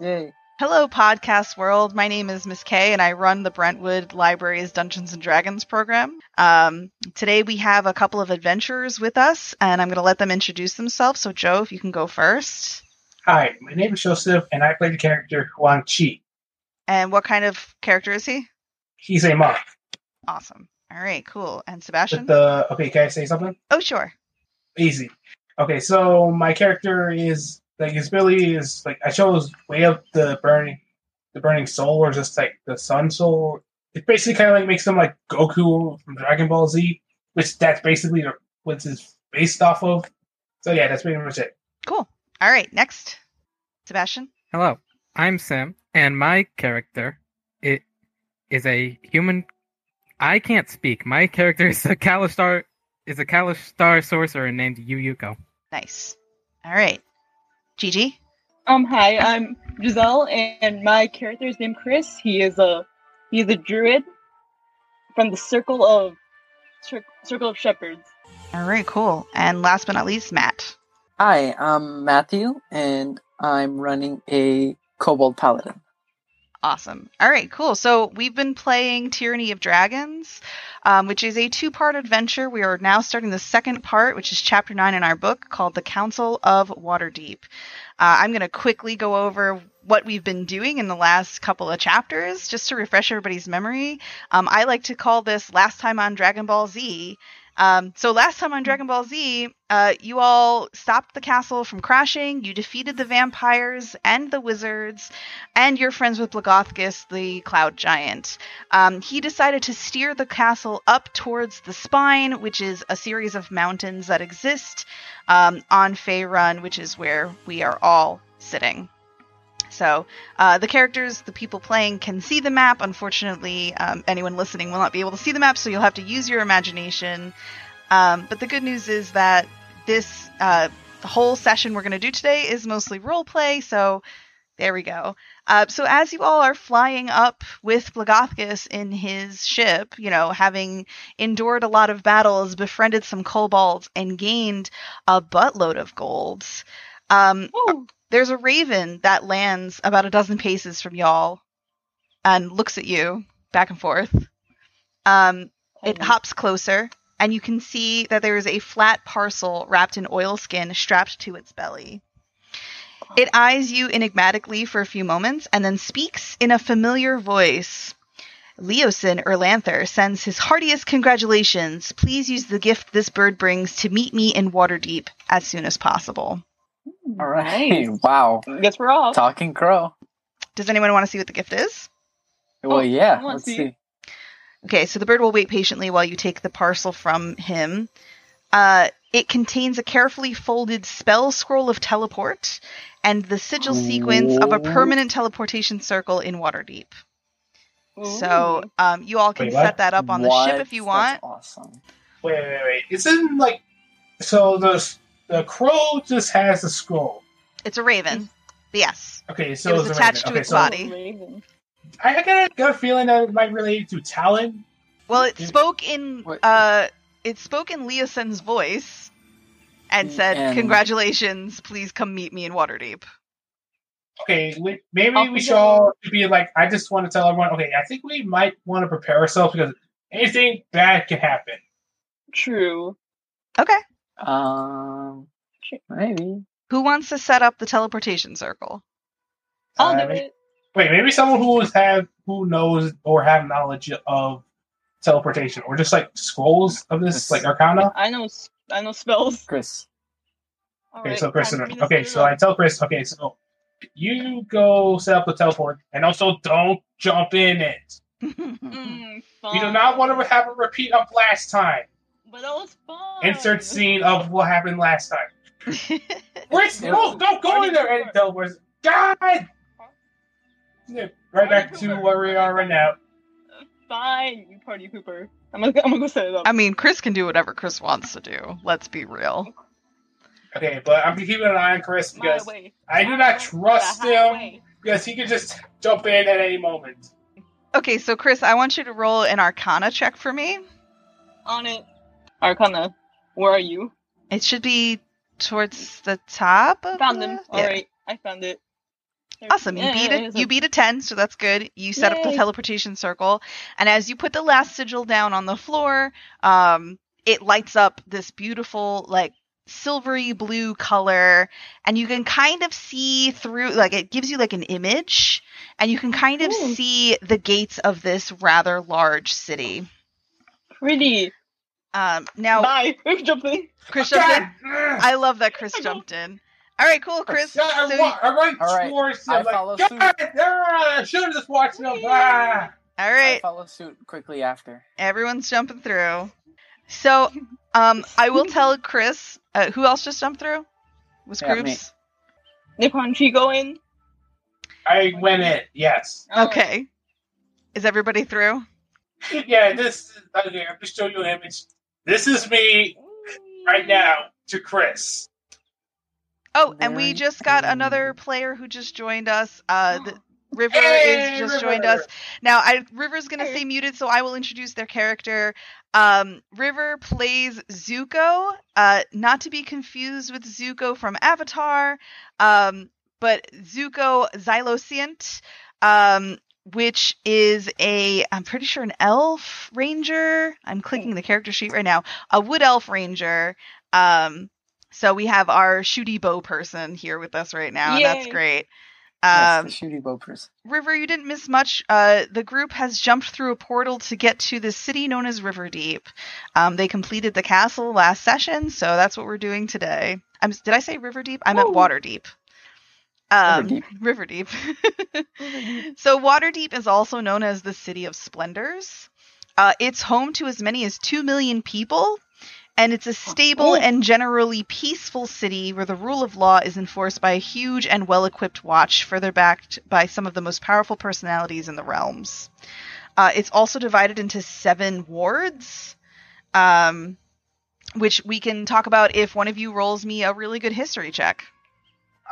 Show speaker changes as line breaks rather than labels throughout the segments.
Yay.
Hello, podcast world. My name is Miss Kay, and I run the Brentwood Library's Dungeons and Dragons program. Um, today we have a couple of adventurers with us, and I'm going to let them introduce themselves. So, Joe, if you can go first,
Hi, my name is Joseph, and I play the character Huang Chi.
and what kind of character is he?
He's a monk.
Awesome. All right, cool. And
With
Sebastian?
the okay, can I say something?
oh, sure.
Easy. Okay, so my character is like his ability is like I chose way up the burning, the burning soul, or just like the sun soul. It basically kind of like makes him like Goku from Dragon Ball Z, which that's basically what's his based off of. So yeah, that's pretty much it.
Cool. All right, next, Sebastian.
Hello, I'm Sim, and my character it is a human. I can't speak. My character is a Kalistar is a Kalistar sorcerer named Yuyuko.
Nice. All right, Gigi.
Um, hi, I'm Giselle, and my character is named Chris. He is a he's a druid from the Circle of Cir- Circle of Shepherds.
All right, cool. And last but not least, Matt.
Hi, I'm Matthew, and I'm running a Kobold Paladin.
Awesome. All right, cool. So we've been playing Tyranny of Dragons, um, which is a two part adventure. We are now starting the second part, which is chapter nine in our book called The Council of Waterdeep. Uh, I'm going to quickly go over what we've been doing in the last couple of chapters just to refresh everybody's memory. Um, I like to call this Last Time on Dragon Ball Z. Um, so, last time on Dragon Ball Z, uh, you all stopped the castle from crashing, you defeated the vampires and the wizards, and you're friends with Blagothgus, the cloud giant. Um, he decided to steer the castle up towards the spine, which is a series of mountains that exist um, on Faerun, which is where we are all sitting. So uh, the characters, the people playing, can see the map. Unfortunately, um, anyone listening will not be able to see the map, so you'll have to use your imagination. Um, but the good news is that this uh, whole session we're going to do today is mostly role play. So there we go. Uh, so as you all are flying up with Blagothgus in his ship, you know, having endured a lot of battles, befriended some kobolds, and gained a buttload of golds, um,
Oh,
Woo!
there's a raven that lands about a dozen paces from y'all and looks at you back and forth. Um, it
Oh.
hops closer, and you can see that there is a flat parcel wrapped in oilskin strapped to its belly. It eyes you enigmatically for a few moments and then speaks in a familiar voice. Leosin Erlanther sends his heartiest congratulations. Please use the gift this bird brings to meet me in Waterdeep as soon as possible.
All right. Wow.
Nice. Guess we're off.
Talking crow.
Does anyone want to see what the gift is?
Well,
Oh,
yeah.
I wanna
Let's
see.
see.
Okay, so the bird will wait patiently while you take the parcel from him. Uh, it contains a carefully folded spell scroll of teleport and the sigil sequence of a
Cool.
permanent teleportation circle in Waterdeep. So
Ooh.
um, you all can
Wait, what?
set that up on the
What?
ship if you
That's
want.
awesome.
Wait, wait, wait! It's in like so the the crow just has the scroll.
It's a
Mm.
raven. But yes.
Okay, so
It was
it's a
attached to
raven. Okay,
its
so-
body.
Oh, Raven.
I I got a, got a feeling that it might relate to Talon.
Well, it
Mm.
spoke in
What-
uh, it spoke in Leosin's voice and
Mm,
said,
and-
"Congratulations! Please come meet me in Waterdeep."
Okay, we, maybe
Off
we
we
should
go.
all be like, I just want to tell everyone, okay, I think we might want to prepare ourselves because anything bad can happen.
True.
Okay.
Um, maybe.
Who wants to set up the teleportation circle?
I'll
Uh,
do it.
Wait, maybe someone who is have who knows or have knowledge of teleportation or just like scrolls of this,
Yes.
like Arcana.
I know. s- I know spells.
Chris.
All
Okay,
right,
so Chris,
time for me to
okay,
set it
so I
up.
tell Chris, okay, so you go set up the teleport and also don't jump in it.
Mm-hmm.
Mm,
We do not want to
fine.
have a repeat of last time.
But that was fun.
Insert scene of what happened last time. Wait,
Yeah.
no, don't go in there. And it was God. Yeah, Right back to where we are right now.
Fine, you party pooper. I'm gonna. I'm gonna go set it up.
I mean, Chris can do whatever Chris wants to do. Let's be real.
Okay, but I'm keeping an eye on Chris
My
because
way.
I do not trust him
Highway.
because he could just jump in at any moment.
Okay, so Chris, I want you to roll an Arcana check for me.
on it. Arcana, where are you?
It should be towards the top. Of
Found
the-
them.
Yeah.
All right, I found it.
Awesome. You beat it. You beat a 10, so that's good. You set up the
Yay.
teleportation circle. And as you put the last sigil down on the floor, um, it lights up this beautiful, like, silvery blue color. And you can kind of see through, like, it gives you, like, an image. And you can kind of
Ooh.
see the gates of this rather large city.
pretty.
Um, now,
Bye. Jump in.
Chris
God,
jumped in.
ugh.
I love that Chris jumped in. All right, cool, Chris.
Yeah, I,
So
wa- I run
All right,
towards
I
them.
follow
Like,
suit.
God, ah, I should have just watched them. Ah.
all
I
right.
follow suit quickly after.
Everyone's jumping through. So, um, I will tell Chris. Uh, who else just jumped through? Was
Yeah,
Croops?
me.
Nippon Chigo in.
I went in. Yes.
Okay. Is everybody through?
Yeah. This. Okay. I'm just showing you an image. This is me right now to Chris.
Oh, and we
Very
just got
cool.
another player who just joined us. Uh, the, River
Hey,
is just
River.
joined us. Now, I, River's going to
Hey.
stay muted, so I will introduce their character. Um, River plays Zuko, uh, not to be confused with Zuko from Avatar, um, but Zuko Xylocient, um, which is a, I'm pretty sure, an elf ranger. I'm clicking the character sheet right now. A wood elf ranger. Um, so we have our shooty bow person here with us right now, and that's
Yay.
great.
Yes,
Um,
the shooty bow person.
River, you didn't miss much. Uh, the group has jumped through a portal to get to the city known as Riverdeep. Um, they completed the castle last session, so that's what we're doing today. I'm, did I say Riverdeep? I meant
Ooh.
Waterdeep. Um,
Riverdeep.
Riverdeep. so Waterdeep is also known as the City of Splendors. Uh, it's home to as many as 2 million people, and it's a stable
Ooh.
and generally peaceful city where the rule of law is enforced by a huge and well equipped watch, further backed by some of the most powerful personalities in the realms. Uh, it's also divided into seven wards. Um, which we can talk about if one of you rolls me a really good history check.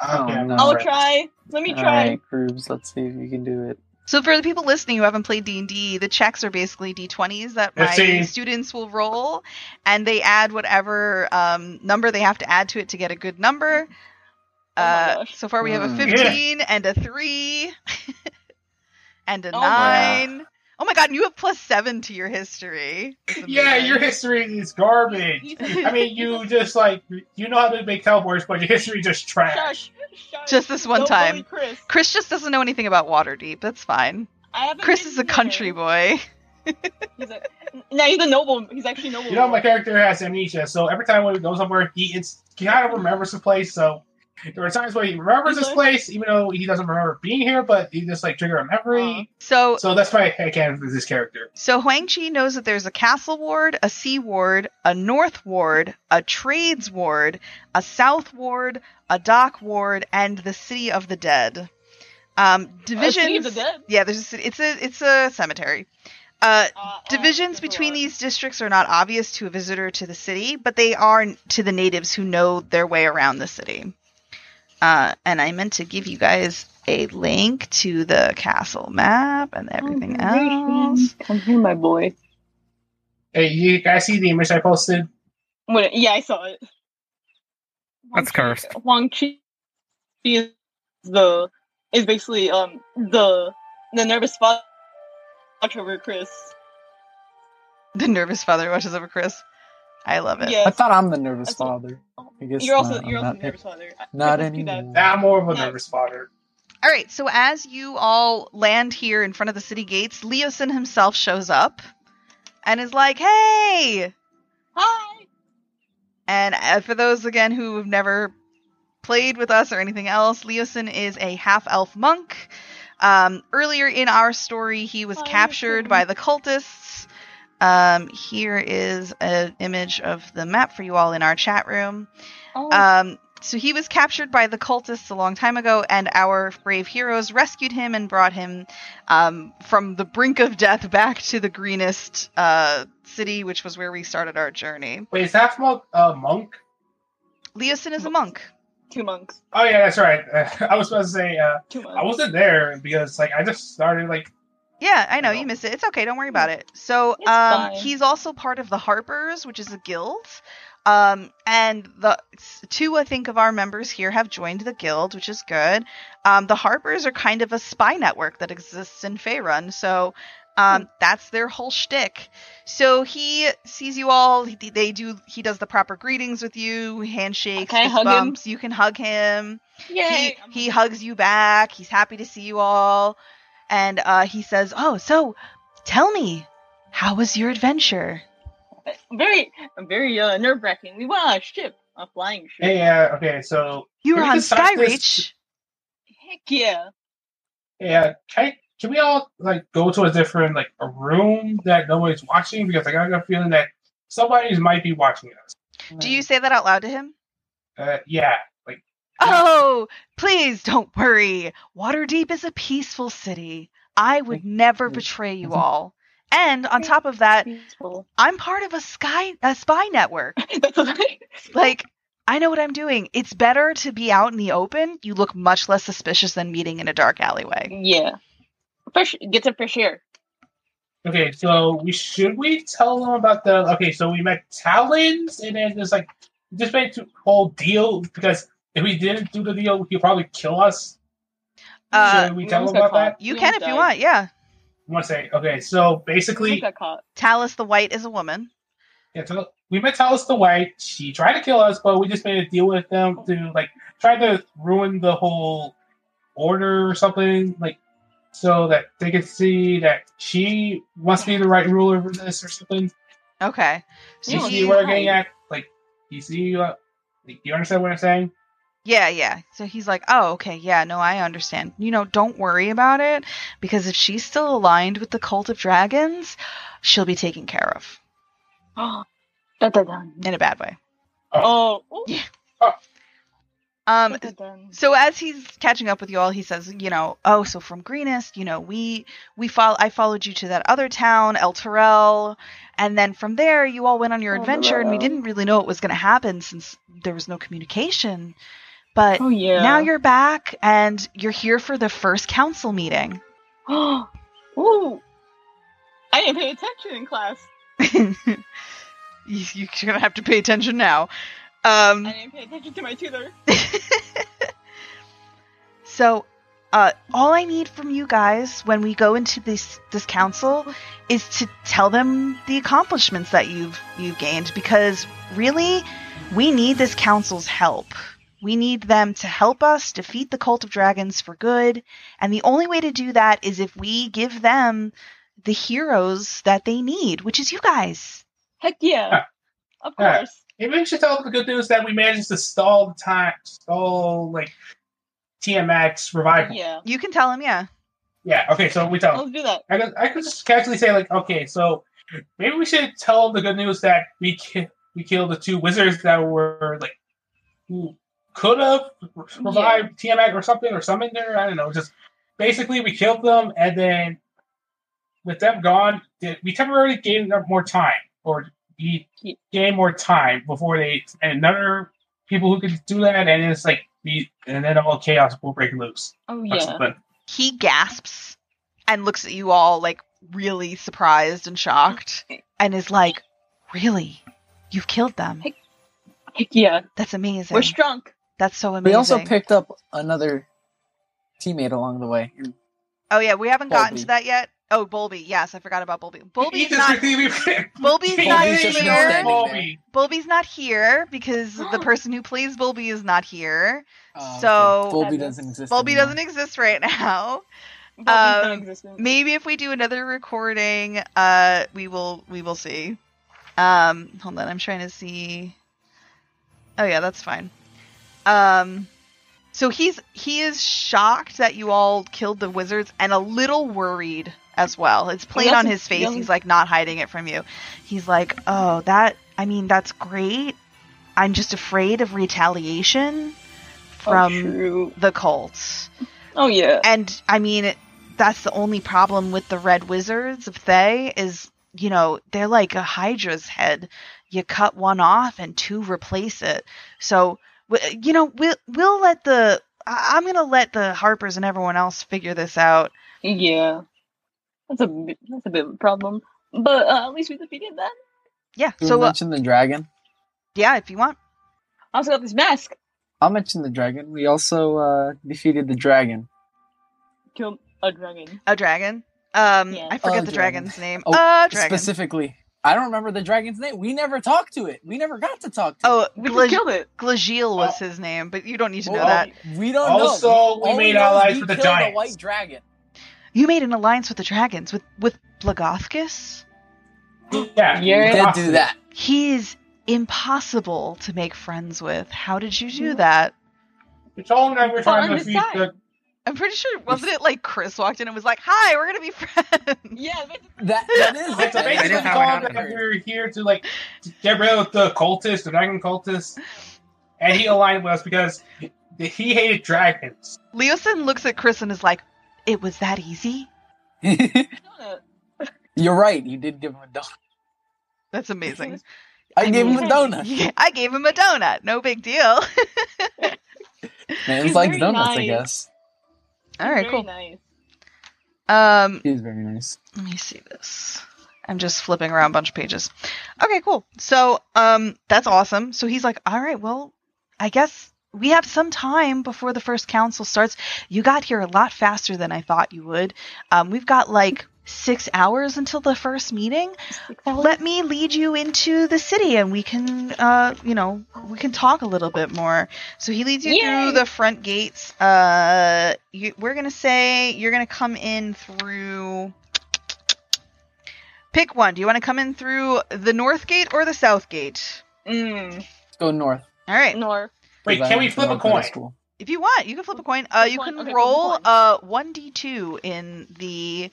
Oh,
Okay,
no.
I'll
right.
try. Let me
All
try.
right, Grooves, let's see if you can do it.
So for the people listening who haven't played D&D, the checks are basically d20s that my
Fifteen.
students will roll and they add whatever um, number they have to add to it to get a good number.
Oh my
Uh,
gosh.
so far we have a
Hmm.
15 and a 3 and a
Oh my-
9. Oh my god, and you have plus 7 to your history. That's
Yeah,
amazing.
your history is garbage. I mean, you just like you know how to make cowboys, but your history just trash.
Shush, shush.
Just this one
Don't
time.
bully Chris.
Chris just doesn't know anything about Waterdeep. That's fine.
I haven't
Chris
been
is a
there.
country boy.
He's a, now he's a noble. He's actually noble. Uh,
You know, my character has amnesia, so every time when he goes somewhere, he it's, he kind of remembers the place. So there are times where he remembers this place, even though he doesn't remember being here, but he just like trigger a memory.
So
So that's why I can with this character.
So Huang Chi knows that there's a castle ward, a sea ward, a north ward, a trades ward, a south ward, a dock ward, and the city of the dead. Um,
Oh,
divisions.
City of the Dead.
Yeah, there's a, ci- it's a it's a cemetery. Uh,
Uh, oh,
divisions
there's a
between
lot.
these districts are not obvious to a visitor to the city, but they are n- to the natives who know their way around the city. Uh, and I meant to give you guys a link to the castle map and
Oh,
everything else.
Come here, my boy.
Hey, you guys see the image I posted?
What, yeah, I saw it.
That's cursed.
Huang Chi is the is basically um the the nervous spot watch over Chris.
The nervous father watches over Chris. I love it.
Yes,
I thought I'm the nervous
That's what-
father. I guess
you're also
not.
you're
I'm
also
not,
the nervous father.
Not
Chris is too bad.
anymore.
Nah, I'm more of a
No.
nervous spotter.
All right, so as you all land here in front of the city gates, Leosin himself shows up and is like, "Hey!"
Hi.
And uh, for those again who have never played with us or anything else, Leosin is a half-elf monk. Um, earlier in our story, he was
Hi,
captured
Leosin.
by the cultists. Um, here is an image of the map for you all in our chat room.
Oh,
Um, so he was captured by the cultists a long time ago, and our brave heroes rescued him and brought him um, from the brink of death back to the greenest uh, city, which was where we started our journey.
Wait, is half monk a monk?
Leosin is a monk.
two monks.
Oh yeah, that's right. I was supposed to say uh,
Two
I
monks.
wasn't there because like I just started like
Yeah, I know
No.
you miss it. It's okay. Don't worry about it. So,
It's
um,
fine.
he's also part of the Harpers, which is a guild. Um, and the s- two, I think, of our members here have joined the guild, which is good. Um, the Harpers are kind of a spy network that exists in Faerun, so
Hmm.
um, that's their whole shtick. So he sees you all. He, they do. He does the proper greetings with you, handshakes,
Can I
fist
hug him?
bumps. You can hug him he,
Yay!
he hugs you back. He's happy to see you all. And uh, he says, Oh, so tell me, how was your adventure?
very, very uh, nerve wracking. We went on a ship, a flying ship.
Hey, uh, okay, so
You
Can
were
we
on
discuss this?
Skyreach.
Heck yeah!
yeah, can, I- can we all like go to a different like a room that nobody's watching because I got a feeling that somebody might be watching us.
Do you say that out loud to him?
Uh, yeah, like
Oh, please don't worry. Waterdeep is a peaceful city. I would never betray you all. And on top of that,
Peaceful.
I'm part of a sky a spy network.
That's okay.
Like I know what I'm doing. It's better to be out in the open. You look much less suspicious than meeting in a dark alleyway.
Yeah. Fresh, get some fresh air.
okay, so we should we tell them about the okay? So we met Talons, and then there's like just made a whole deal because if we didn't do the deal, he'd probably kill us.
Uh,
should
we
we tell
almost
them
got
about that?
caught.
You
We
can if
almost
you
died.
want, yeah.
One second. Okay, so
We
basically,
got caught.
Talis the White is a woman.
Yeah, so we met Talos the White. She tried to kill us, but we just made a deal with them to like try to ruin the whole order or something, like so that they could see that she must be the right ruler over this or something.
Okay. So
You
Yeah,
he,
see
she's
what I'm
right.
getting at? Like, you see, uh, like, you understand what I'm saying?
yeah, yeah. So he's like, oh, okay, yeah, no, I understand. You know, don't worry about it because if she's still aligned with the Cult of Dragons, she'll be taken care of
Oh, dun, dun, dun.
in a bad way.
oh, ooh,
Yeah.
dun,
Um,
dun, dun.
so as he's catching up with you all, he says, you know, oh, so from Greenest, you know, we we follow. I followed you to that other town, El Terrell, and then from there, you all went on your
El
adventure, and we
Terrell.
didn't really know what was going to happen since there was no communication. But
oh yeah.
Now you're back and you're here for the first council meeting.
ooh, I didn't pay attention in class.
you, you're gonna have to pay attention now. Um,
I didn't pay attention to my tutor.
So, uh, all I need from you guys when we go into this this council is to tell them the accomplishments that you've you gained because really we need this council's help. We need them to help us defeat the cult of dragons for good, and the only way to do that is if we give them the heroes that they need, which is you guys.
Heck yeah. Of
Yeah.
course.
Maybe we should tell them the good news that we managed to stall the time, stall like TMX revival. Yeah.
Yeah.
You can tell them, yeah.
Okay, so we
Oh.
tell them.
Let's do that.
I could, I could just casually say like, okay, so maybe we should tell them the good news that we ki- we killed the two wizards that were like who could have revived Tiamat or something or summoned her. I don't know. Just basically, we killed them, and then with them gone, did, we temporarily gained up more time, or we
Ye-
gained more time before they and another people who could do that, and it's like we and then all chaos will break loose.
Oh
or
yeah.
something.
He gasps and looks at you all like really surprised and shocked and is like, Really? You've killed them?
Heck yeah.
That's amazing.
We're strong.
That's so amazing.
We also picked up another teammate along the way.
oh, yeah, we haven't gotten
Bulby.
to that yet. Oh, Bulby. Yes, I forgot about Bulby.
He
Bulby's
just
not,
quickly-
Bulby's
He
not
Bulby's just now
here.
standing.
Bulby's not here because the person who plays Bulby is not here.
Uh,
So-
Bulby doesn't exist.
Bulby
anymore.
doesn't exist right now.
Bulby's
Um,
non-existent.
maybe if we do another recording uh we will we will see um hold on i'm trying to see oh yeah that's fine um so he's he is shocked that you all killed the wizards and a little worried as well it's plain on
also-
his
he
face
also-
he's like not hiding it from you he's like oh that i mean that's great i'm just afraid of retaliation
oh,
from
true.
the cults
Oh yeah.
and I mean, that's the only problem with the red wizards of Thay is, you know, they're like a Hydra's head. You cut one off and two replace it. So, w- you know, we'll we'll let the I- I'm gonna let the Harpers and everyone else figure this out.
Yeah. That's a bit, that's a bit of a problem. But uh, at least we defeated that.
Yeah.
Did we
So uh,
mention the dragon?
Yeah, if you want.
I also got this mask.
I'll mention the dragon. We also uh, defeated the dragon.
Kill a dragon.
A dragon. Um,
Yeah.
I forget
A
the
dragon.
dragon's name.
Oh,
uh, dragon.
Specifically, I don't remember the dragon's name. We never talked to it. We never got to talk to
Oh,
it.
We just
Gla-
killed Oh. it.
Glagil was his name, but you don't need to know
Well,
that.
We don't
Also,
know.
we
All
made
know is
allies
we
with the
killed A
giants.
white dragon.
You made an alliance with the dragons, with with Blagothkis.
Yeah.
Yeah.
We did do that.
He's impossible to make friends with. How did you do that?
We told him that we're trying
On
to
his
defeat
side.
the.
I'm pretty sure wasn't it like Chris walked in and was like, "Hi, we're gonna be friends."
Yeah, that's
That, that is.
Like, so
that is
basically, we
how it
told him
happened.
that we're here to like to get rid of the cultists, the dragon cultists, and he aligned with us because he hated dragons.
Leosin looks at Chris and is like, "It was that easy."
happened.
donut.
You're right. You did give him a donut.
That's amazing.
I, gave him
mean,
a donut.
yeah, I gave him a donut. No big deal.
Man,
He's
it's like
very
donuts, I
nice.
guess.
All right,
Very
cool.
Nice.
Um,
He's very nice.
let me see this. I'm just flipping around a bunch of pages. Okay, cool. So, um, that's awesome. So he's like, all right, well, I guess we have some time before the first council starts. You got here a lot faster than I thought you would. Um, we've got like six hours until the first meeting. Let me lead you into the city, and we can, uh, you know, we can talk a little bit more. So he leads you
Yay.
through the front gates. Uh, you, we're gonna say you're gonna come in through. Pick one. Do you want to come in through the north gate or the south gate?
Mm.
Let's go north.
All right.
North.
Wait,
'cause I
can we
went to
flip a
North Middle
coin?
School.
If you want, you can flip a coin. Uh,
Flip
you
one.
can
Okay, flip a
roll
coin.
uh one d two in the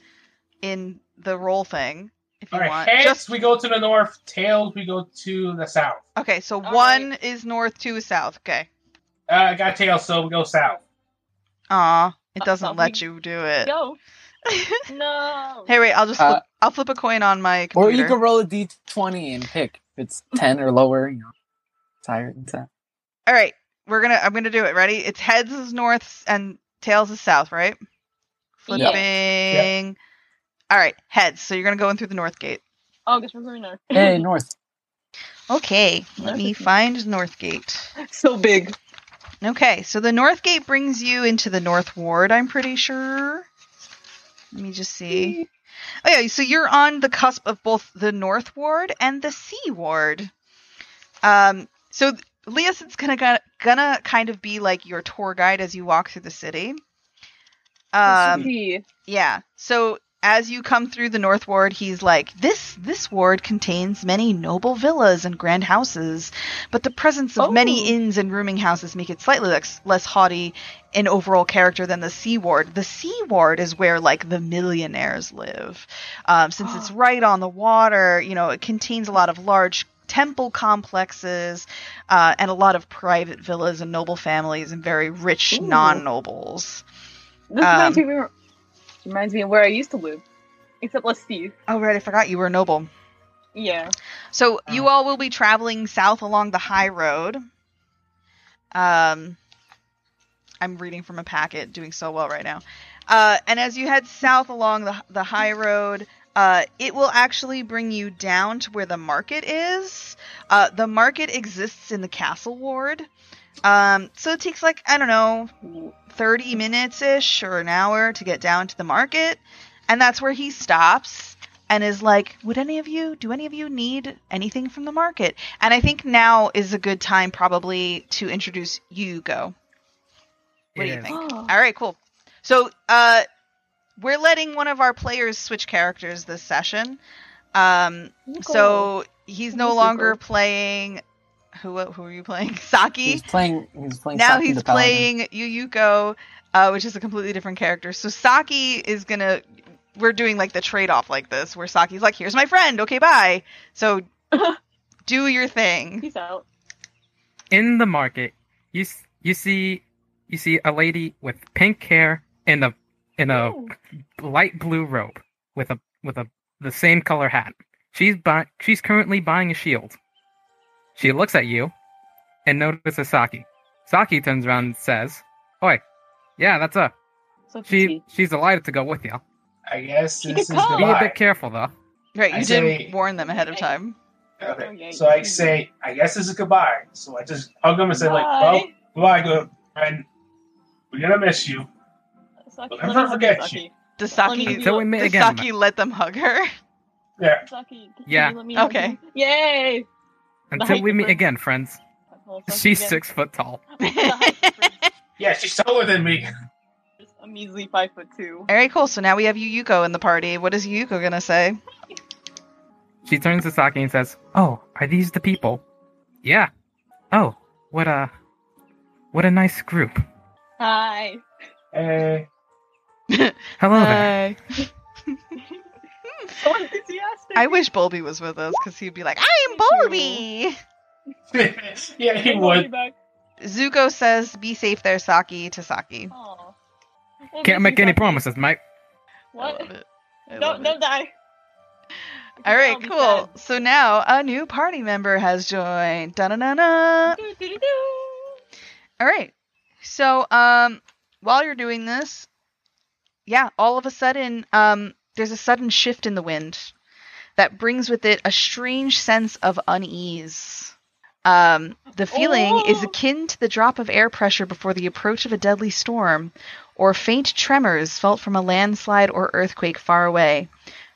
in the roll thing if you
All right,
want.
heads
Just
we go to the north, tails we go to the south.
okay. So
All
one is north, two is south. Okay.
Uh, I got tails, so we go south.
Aw, it doesn't
Uh-oh,
let
we-
you do it.
Go. No.
hey, wait. I'll just
Uh,
flip, I'll flip a coin on my
Or
computer.
you can roll a d20 and pick. If it's 10 or lower, you know, it's higher than 10.
All right, we're gonna. I'm gonna do it. Ready? It's heads is north and tails is south, right? Flipping.
Yeah.
All right, heads. So you're gonna go in through the north gate.
Oh, I guess we're going north.
Hey, north.
Okay, let
North
me
is-
find north gate.
so big.
Okay, so the north gate brings you into the north ward, I'm pretty sure. Let me just see. Oh yeah, so you're on the cusp of both the north ward and the sea ward. Um, so Leoson's gonna gonna- gonna kind of be like your tour guide as you walk through the city. Um,
Sweet.
yeah. So as you come through the North Ward, he's like, "This this ward contains many noble villas and grand houses, but the presence of many
Oh.
inns and rooming houses make it slightly less, less haughty in overall character than the Sea Ward. The Sea Ward is where like the millionaires live, um, since it's right on the water. You know, it contains a lot of large." Temple complexes uh, and a lot of private villas and noble families and very rich
Ooh.
non nobles.
This
um,
reminds, me where, reminds me of where I used to live. Except let's see.
Oh, right, I forgot you were noble.
Yeah.
So you all will be traveling south along the high road. Um, I'm reading from a packet, doing so well right now. Uh, and as you head south along the the high road, uh, it will actually bring you down to where the market is. Uh, the market exists in the castle ward. Um, so it takes like I don't know, 30 minutes ish or an hour to get down to the market. And that's where he stops and is like, Would any of you, do any of you need anything from the market? And I think now is a good time probably to introduce you, Go. What do
It
you
is.
think?
Oh,
All right, cool. So uh, we're letting one of our players switch characters this session. Um, so he's no
Super.
longer playing. Who, who are you playing? Saki?
He's playing. He's playing.
now
Saki
he's
the Paladin.
playing Yuyuko, uh, which is a completely different character. So Saki is gonna. We're doing like the trade off like this, where Saki's like, "Here's my friend. Okay, bye." So do your thing.
Peace out.
in the market, you s- you see you see a lady with pink hair and a in a
Ooh.
light blue robe with a with a the same color hat. She's buy, she's currently buying a shield. She looks at you and notices Saki. Saki turns around and says, "Oi, yeah, that's her.
So
She
pretty.
she's delighted to go with you.
I guess
Keep
this
it
is
calm.
Be a
goodbye.
bit careful though."
Right,
I
you did
say-
warn them ahead of time.
Okay.
Oh, yeah,
so I
you-
say, I guess this is goodbye. So I just hug him and say, like, well,
Bye.
goodbye, good friend. We're gonna miss you.
Saki,
I'll never
let me
forget
hug
you.
Does
Let
Saki,
me give
Until we meet
does
again.
Saki let them hug her?
Yeah.
Saki. Saki, can
Yeah.
you let me hug
Okay.
you? Yay!
Until we meet
hyperfriend.
again, friends.
I call Saki
She's
again.
six foot tall.
The hyperfriend
Yeah, she's taller than me.
is a measly five foot two.
All right, cool. So now we have Yuyuko in the party. What is Yuyuko gonna say?
She turns to Saki and says, "Oh, are these the people?" Yeah. Oh, what a, what a nice group.
Hi.
Hey.
Hello there.
So enthusiastic.
I wish Bulby was with us because he'd be like, "I am Bulby."
yeah, he
Bring
would.
Bobby back.
Zuko says, "Be safe there, Saki." To Saki.
Aw. Well,
Can't
Missy
make any
Saki-
promises, Mike.
I
What?
love it. I love
Don't
it.
don't die.
All right,
I'll be
cool. So now a new party member has joined. Da da da da.
sad. Do-do-do-do.
All right. So um, while you're doing this, yeah, all of a sudden, um, there's a sudden shift in the wind that brings with it a strange sense of unease. Um, the feeling is
Oh.
akin to the drop of air pressure before the approach of a deadly storm, or faint tremors felt from a landslide or earthquake far away.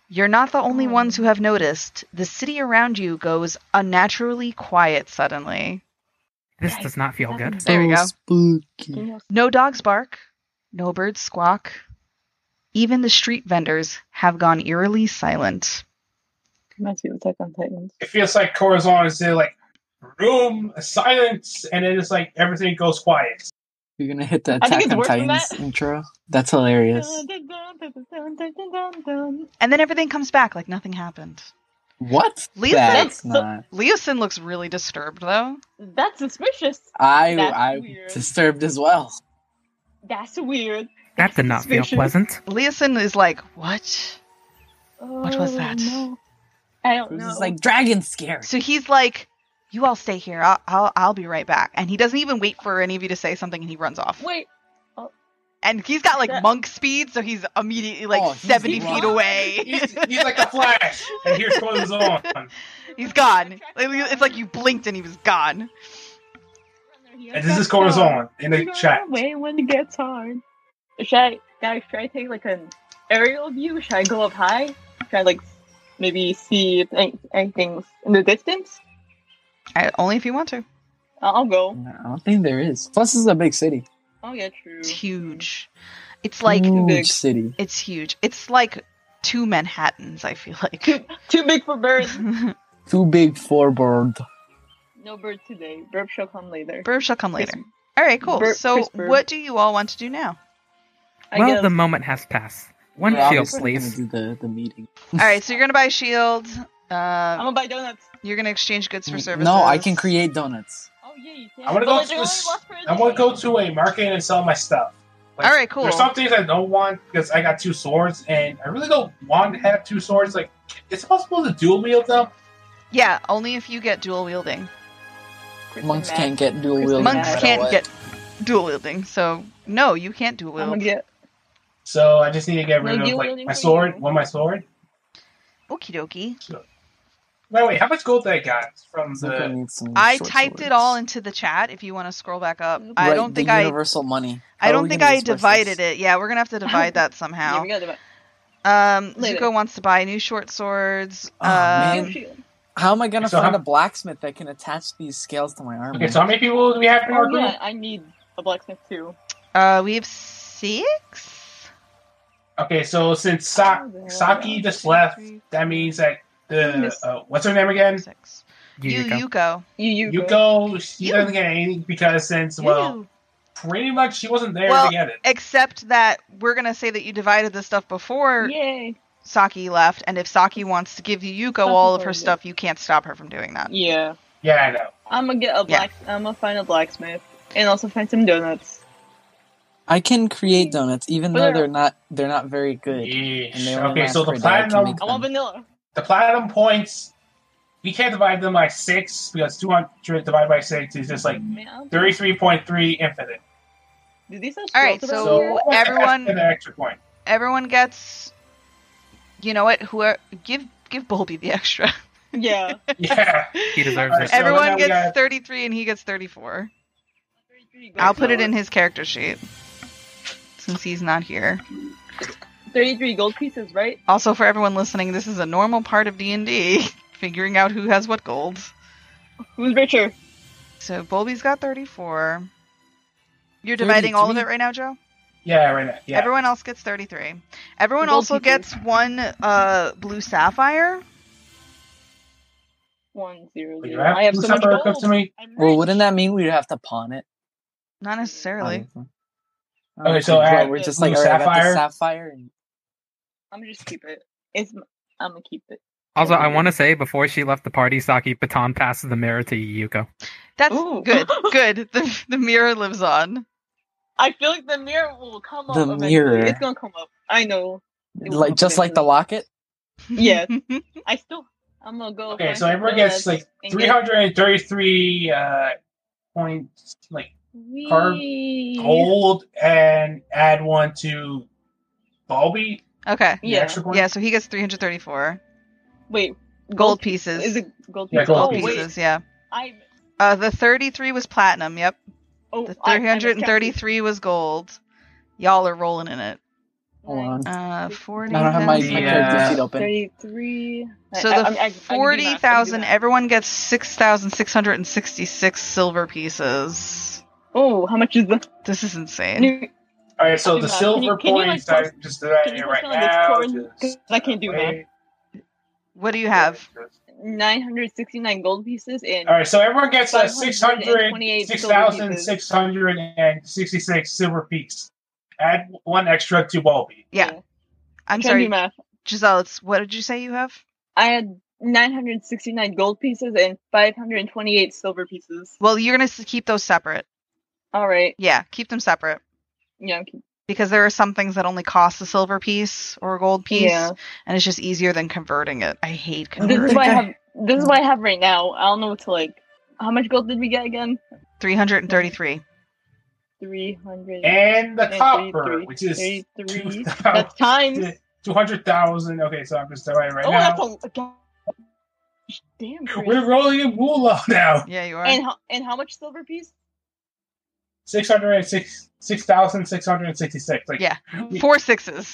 You're not the only
Oh.
ones who have noticed. The city around you goes unnaturally quiet suddenly.
This
Guys,
does not feel good.
nothing's-
There we
so
go. Mm-hmm.
Spooky.
No dogs bark, no birds squawk. Even the street vendors have gone eerily silent.
Reminds me of Attack on Titans.
It feels like Corazon is in, like, room, silence, and then it's like everything goes quiet.
You're gonna hit the
I think
Attack
it's
on
worse than
Titans
that.
intro. That's hilarious.
Dun, dun, dun, dun, dun, dun, dun, dun, dun.
And then everything comes back like nothing happened.
What?
Lisa-
That's
That's so-
not.
Leosin looks really disturbed though.
That's suspicious.
I
That's
I'm
weird.
disturbed as well.
That's weird.
That did not feel
Suspicious.
pleasant.
Leosin is like, What? What was
Oh,
that?
no. I don't
It was
know.
just like dragon scare.
So he's like, You all stay here. I'll, I'll, I'll be right back. And he doesn't even wait for any of you to say something and he runs off.
wait,
And he's got like
That-
monk speed, so he's immediately like
Oh, he's
70
gone.
feet away.
He's, he's like the Flash, and here's Corazon.
he's gone. It's like you blinked and he was gone.
And this is Corazon in the chat.
Wait when it gets hard. Should I, guys? Should I take like an aerial view? Should I go up high? Should I like maybe see if any- anything's in the distance?
I, only if you want to.
I'll I'll go.
No, I don't think there is. Plus, this is a big city.
Oh yeah, true.
It's huge. It's like
huge
big.
city.
it's huge. It's like two Manhattans. I feel like.
Too big for birds.
Too big for bird.
No bird today. Bird shall come later.
Burb shall come later.
Crisp-
All right, cool.
Bur-
so,
crisp burb.
what do you all want to do now?
I
well,
guess.
the moment has passed. One
We're
field,
obviously
please.
Gonna do the, the meeting.
All right, so you're gonna buy shields. Uh,
I'm gonna buy donuts.
you're gonna exchange goods for services.
No, I can create donuts.
Oh yeah, you can.
I wanna
But,
go
like,
to
they only
s-
last for a
I want to
day.
go to a market and sell my stuff. Like,
All right, cool.
There's some things I don't want because I got two swords, and I really don't want to have two swords. Like, it's possible to dual wield them.
Yeah, only if you get dual wielding.
Chris
Monks
and
can't
Matt.
get dual
Monks
wielding. no
Monks
matter
can't
what.
get dual wielding, so no, you can't dual
I'm
wield.
gonna get.
So I just need to get rid
No
of
dual
like
wielding
my
for
sword.
you.
One my sword.
Okie dokie.
By the way, how much gold did I got from
Zuko
the?
needs some
I
short
typed
swords.
it all into the chat. If you want to scroll back up,
Right,
I
Right,
don't
the
think I.
universal money.
I don't think I divided it. Yeah, we're gonna have to divide that somehow.
Yeah, we got the.
Um,
Later.
Zuko wants to buy new short swords.
Oh,
um,
man. How am I gonna
So
find
how-
a blacksmith that can attach these scales to my armor?
Okay, so how many people do we have in our
Oh
group?
yeah, I need a blacksmith too.
uh, we have six.
Okay, so since Sa-
Oh,
Saki
yeah.
just left, that means that the
Miss-
uh, what's her name again?
Six. You,
You,
Yuko.
Yuko.
You you go.
Yuko. She
You.
doesn't get anything because since well,
You.
pretty much she wasn't there
Well,
to get it.
Except that we're gonna say that you divided this stuff before
Yay.
Saki left, and if Saki wants to give you Yuko
Saki
all of her
already.
stuff, you can't stop her from doing that.
Yeah.
Yeah, I know.
I'm gonna get a black. I'm gonna find a blacksmith and also find some donuts.
I can create donuts, even though
Where-
they're not they're not very good. And they
Yeesh.
only
Okay,
last
so
for
the
a day. I can
platinum,
make-
I want vanilla.
the platinum points, we can't divide them by six because two hundred divided by six is just like
Man, I don't-
thirty-three point three infinite.
Do these have
All right,
scrolls around
So
So
here?
I have to
everyone-
get an extra point.
Everyone gets. You know what? Who give give Bulby the extra?
Yeah.
Yeah.
He deserves
Alright,
it.
so now
Everyone
we
gets
got-
33 and he gets 34. I'll put it in his character sheet since he's not here.
33 gold pieces, right?
Also, for everyone listening, this is a normal part of D and D, figuring out who has what gold.
Who's richer?
So Bulby's got 34. You're dividing all of
33?
it right now, Joe.
Yeah, right now. Yeah.
Everyone else gets 33. Everyone
Gold
also
pieces.
gets one uh, blue sapphire.
One zero
Will you
zero.
have
I have
blue
so much
sapphire come to
gold.
me?
I'm
Well,
rich.
wouldn't that mean we'd have to pawn it?
Not necessarily.
Oh,
Okay, so I
well,
have
we're
the
just like,
blue
all right, I got the
sapphire.
sapphire. And...
I'm gonna just keep it. It's I'm gonna keep it.
Also, I want to say before she left the party, Saki baton passes the mirror to Yuko.
That's
Ooh.
good. Good. The, the mirror lives on.
I feel like the mirror will come up.
The
eventually.
mirror.
It's gonna come up. I know. It will
Like,
come
just like the
eventually.
locket?
Yes. I still. I'm gonna go.
Okay,
find
so
some
everyone
donuts
gets like
and
three
get-
hundred and thirty-three uh, points, like
Wee.
gold, and add one to Balby.
okay.
the
Yeah.
extra point.
Yeah. So he gets 334
Wait.
gold pieces.
Is it gold
Yeah,
pieces?
gold
Gold
oh,
pieces.
pieces. Yeah.
Wait, I.
Uh, the 33 was platinum. Yep.
Oh,
The
I- I was counting.
333 was gold. Y'all are rolling in it.
Hold on.
Uh,
I
40.
I don't have my,
Yeah.
my character sheet open.
33.
So
I- I- I- I
the
can do
forty
math, I can do
thousand,
math.
everyone gets six thousand six hundred and sixty-six silver pieces.
Oh, how much is the
This is insane.
new?
All right, so
I'll do
the
math.
silver
Can you- can you, like,
points
post-
I'm just dividing
can you
it
post
right
it on Discord?
now.
'Cause I can't do math.
What do you have?
Nine hundred sixty-nine gold pieces and
All right, so everyone gets uh, 600,
528
6,666 silver piece. Add one extra to Balby.
Yeah, I'm
I'm sorry.
sorry,
Do math.
Giselle. It's what did you say you have?
I had nine hundred sixty-nine gold pieces and five hundred twenty-eight silver pieces.
Well, you're gonna s- keep those separate.
All right.
Yeah, keep them separate
Yeah. I'm keep-
because there are some things that only cost a silver piece or a gold piece,
Yeah.
and it's just easier than converting it. I hate
This
converting.
is what I
Okay.
have. This is what I have right now. I don't know what to like. How much gold did we get again?
Three hundred and thirty-three.
Three hundred.
And the
And
copper,
33,
which is
33.
2,000
That's times.
200,000. Okay, so I'm just dividing right
oh,
now.
that's a God. damn. Chris.
We're rolling in Woola now.
Yeah, you are.
and how and how much silver piece?
606 6,666. Like,
Yeah. Four sixes.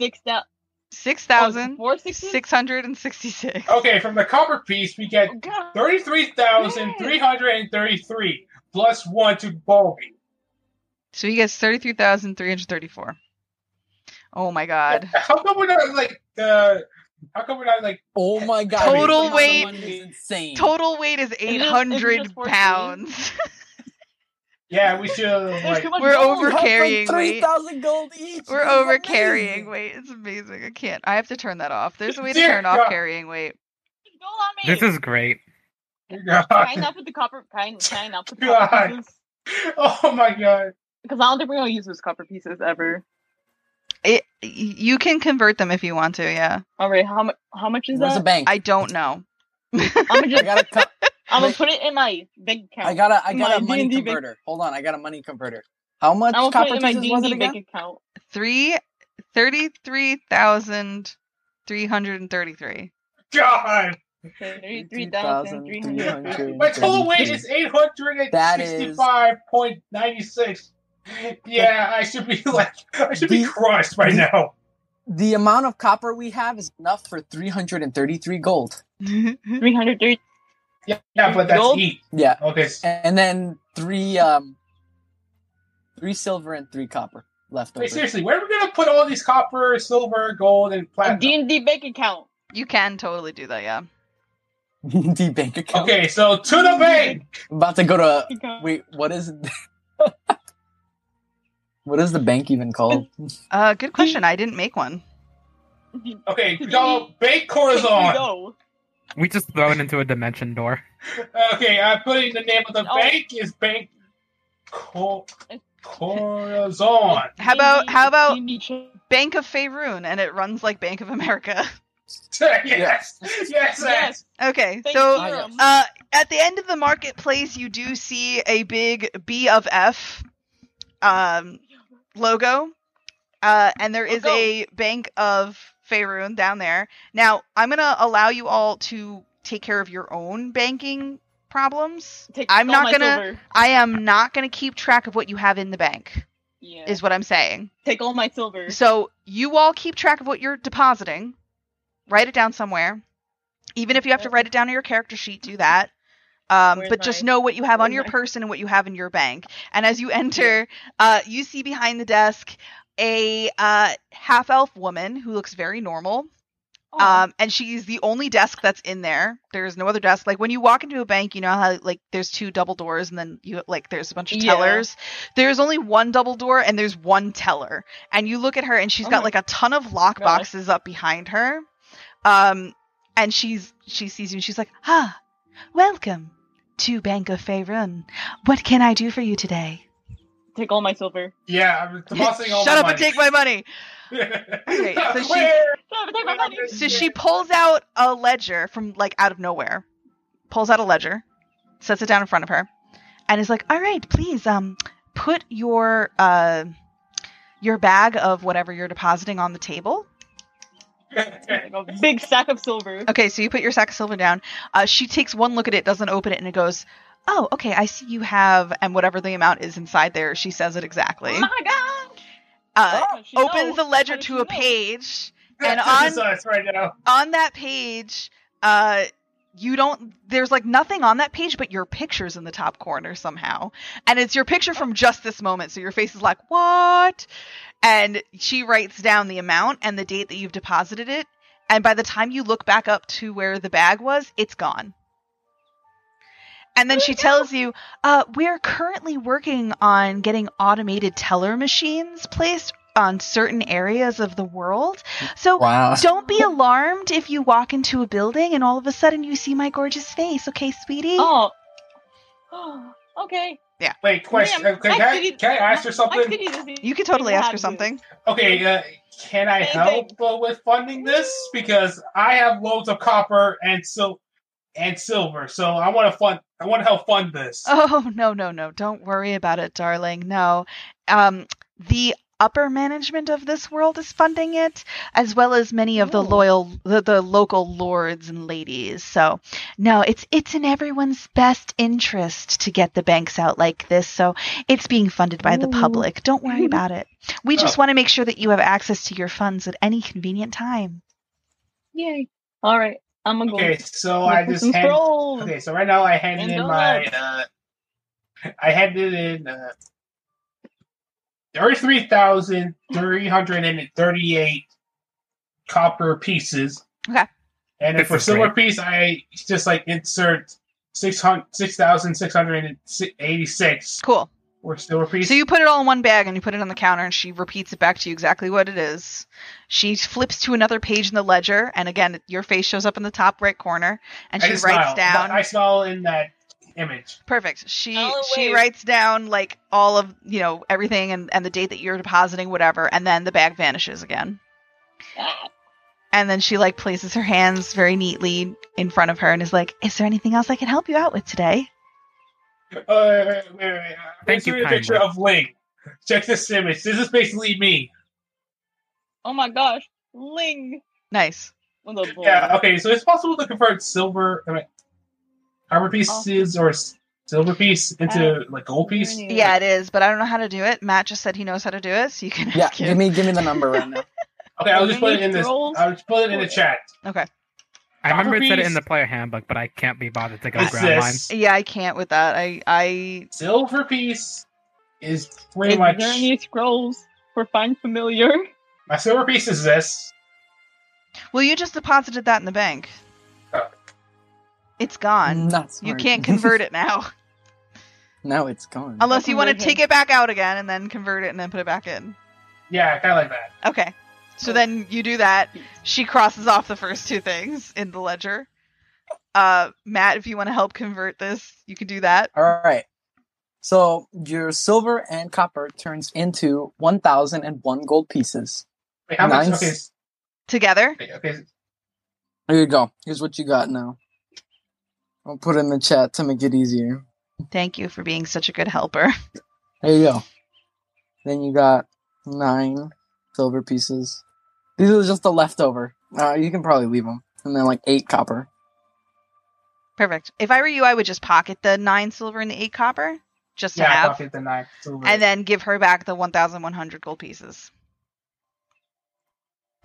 Six thousand.
Six thousand
Oh, Four sixes.
six hundred and sixty-six.
Okay, from the copper piece, we get
Oh, God.
33,333 plus one to Balby.
So he gets 33,334. Oh my god.
How come we're not like, uh, how come we're not like,
Oh my god.
Total
this
weight-
one is insane.
Total weight is
this-
800
isn't this 14?
pounds.
yeah, we should have,
There's
like,
too much
We're
gold.
over- overcarrying weight.
3,000 gold each.
We're
This is
over
amazing.
carrying weight. It's amazing. I can't. I have to turn that off. There's a way to
Dear
turn off
God.
carrying weight.
Gold on me.
This is great.
Can I not put the copper? Can, can I not put the copper
God.
pieces?
Oh my god.
Because I don't think we're gonna use those copper pieces ever.
It y- you can convert them if you want to, yeah.
All right, how much? How much is
Where's the
that?
bank? I,
I don't know.
I'm gonna, just,
got a cu-
I'm gonna put it in my bank account.
I got a I got a
My
money
D&D bank-
converter. Hold on, I got a money converter. How much
I'm gonna put
copper
it in my
pieces was it
D&D
again?
bank account.
3 33,333.
God.
Thirty-three thousand three hundred.
My total weight is
That is-
865.96. Yeah, I should be like, I should be
The-
crushed right
the-
now.
The amount of copper we have is enough for 333 gold.
Three hundred thirty.
Yeah, yeah, but that's
Gold?
eight.
Yeah.
Okay. s-
And then three um three silver and three copper left
Wait,
over.
seriously, where are we gonna put all these copper, silver, gold, and
A
platinum?
D&D bank account.
you can totally do that, yeah.
D bank account.
Okay, so to the bank.
About to go to
Account.
wait, what is what is the bank even called?
Uh good question. I didn't make one.
Okay, y'all, bank Corazon.
Go.
We just throw it into a dimension door.
Okay, I'm putting the name of the
Oh.
bank is Bank Cor- Corazon.
How about how about
D&D check.
Bank of Faerun, and it runs like Bank of America.
yes, yes, yes.
Yes.
Okay,
Thank
so
you, Durham.
uh, at the end of the marketplace, you do see a big B of F um, logo, uh, and there is
Logo.
a Bank of Faerun down there. Now, I'm gonna allow you all to take care of your own banking problems.
Take
I'm
all
not
my
gonna-
Silver.
I am not going to keep track of what you have in the bank,
Yeah.
is what I'm saying.
Take all my silver.
So you all keep track of what you're depositing, write it down somewhere. Even if you have to write it down on your character sheet, do that. Um,
Where's
but just
my-
know what you have on
where's
your
my-
person and what you have in your bank. And as you enter, uh, you see behind the desk a uh, half elf woman who looks very normal.
Aw.
Um, and she's the only desk that's in there. There's no other desk. Like when you walk into a bank, you know how like there's two double doors, and then you like there's a bunch of
Yeah.
tellers. There's only one double door, and there's one teller. And you look at her, and she's
Oh
got
my
like a ton of lock
God.
boxes up behind her. Um, and she's she sees you, and she's like, "Ah, welcome to Bank of Faerun. What can I do for you today?"
take all my silver.
Yeah, I'm depositing all
Shut
my
up
money.
and take my money. Okay, so she-
Where?
No, but take my money.
So she pulls out a ledger from like out of nowhere, pulls out a ledger, sets it down in front of her, and is like, "All right, please, um, put your uh, your bag of whatever you're depositing on the table."
Like a big stack of silver.
Okay, so you put your sack of silver down. Uh, she takes one look at it, doesn't open it, and it goes, "Oh, okay, I see you have," and whatever the amount is inside there, she says it exactly.
Oh my god!
Uh,
Oh, she
opens
knows.
the ledger
How did she
to a
know?
page.
and
and
on
on-
right now.
on that page, uh, you don't. There's like nothing on that page, but your picture's in the top corner somehow, and it's your picture from just this moment. So your face is like, "What?" And she writes down the amount and the date that you've deposited it. And by the time you look back up to where the bag was, it's gone. And then she tells you, uh, we're currently working on getting automated teller machines placed on certain areas of the world. So
Wow.
don't be alarmed if you walk into a building and all of a sudden you see my gorgeous face, okay, sweetie?
Oh. Oh. Okay.
Wait, question.
Ma'am,
okay,
I
can, I,
did-
can I ask her
I
something?
could either be-
You could totally ask her
Exactly.
something.
Okay, uh, can I
Anything.
help uh, with funding this? Because I have loads of copper and sil- and silver, so I want to fund. I want to help fund this.
Oh, no, no, no. Don't worry about it, darling. No. Um, the upper management of this world is funding it, as well as many of the
Ooh.
loyal, the, the local lords and ladies. So, no, it's it's in everyone's best interest to get the banks out like this. So, it's being funded by the
Ooh.
public. Don't worry about it. We just
Oh.
want to make sure that you have access to your funds at any convenient time.
Yay. Alright. I'm gonna
Okay,
go.
so
look
I
for
just
some
hand.
scrolls.
Okay, so right now I handed
And
in
don't
my.
laugh.
Uh, I handed in uh, thirty-three thousand three hundred and thirty-eight copper pieces.
Okay.
And then
This
for
is
silver piece, I just like insert six hundred six thousand six hundred and eighty-six
Cool.
for silver piece.
So you put it all in one bag and you put it on the counter, and she repeats it back to you exactly what it is. She flips to another page in the ledger, and again, your face shows up in the top right corner, and
I
she
just
writes
smile.
down.
I smile in that image.
Perfect. She
I'll
she
wait.
writes down like all of you know everything and and the date that you're depositing whatever, and then the bag vanishes again.
Ah,
And then she like places her hands very neatly in front of her and is like, "Is there anything else I can help you out with today?"
Uh, wait, wait, wait, wait.
Thank you
a picture
kindly.
of Ling. Check this image. This is basically me.
Oh my gosh. Ling.
Nice.
With a bowl.
Yeah, okay, so it's possible to convert silver, I mean,
Oh.
copper pieces or s- silver piece
Uh,
into like gold piece.
Yeah.
Yeah, it is, but I don't know how to do it. Matt just said he knows how to do it, so you can
Yeah,
ask him.
give me give me the number right now.
Okay, I'll just put it in this.
Scrolls.
I'll just put it in the chat.
okay.
I remember it said it in
Copperpiece.
the player handbook, but I can't be bothered to go
It
grab mine.
says
Yeah, I can't with that. I I
silver piece is pretty
Is there
much
any scrolls for find familiar?
my silver piece is this.
Well, you just deposited that in the bank.
Oh.
It's gone.
Not
You
Mm, smart.
can't convert it now.
now it's gone.
Unless you want to
conversion.
take it back out again and then convert it and then put it back in.
Yeah, kind of like that.
Okay. So
Oh.
then you do that. She crosses off the first two things in the ledger. Uh, Matt, if you want to help convert this, you can do that.
All right. So your silver and copper turns into one thousand and one gold pieces.
Wait, how much?
Nice.
Okay, s-
Together?
okay, okay.
There you go. Here's what you got now. I'll put it in the chat to make it easier.
Thank you for being such a good helper.
There you go. Then you got nine silver pieces. These are just the leftover. Uh, you can probably leave them. And then like eight copper.
Perfect. If I were you, I would just pocket the nine silver and the eight copper, just to
Yeah,
have,
pocket the knife. Silver.
and then give her back the one thousand one hundred gold pieces.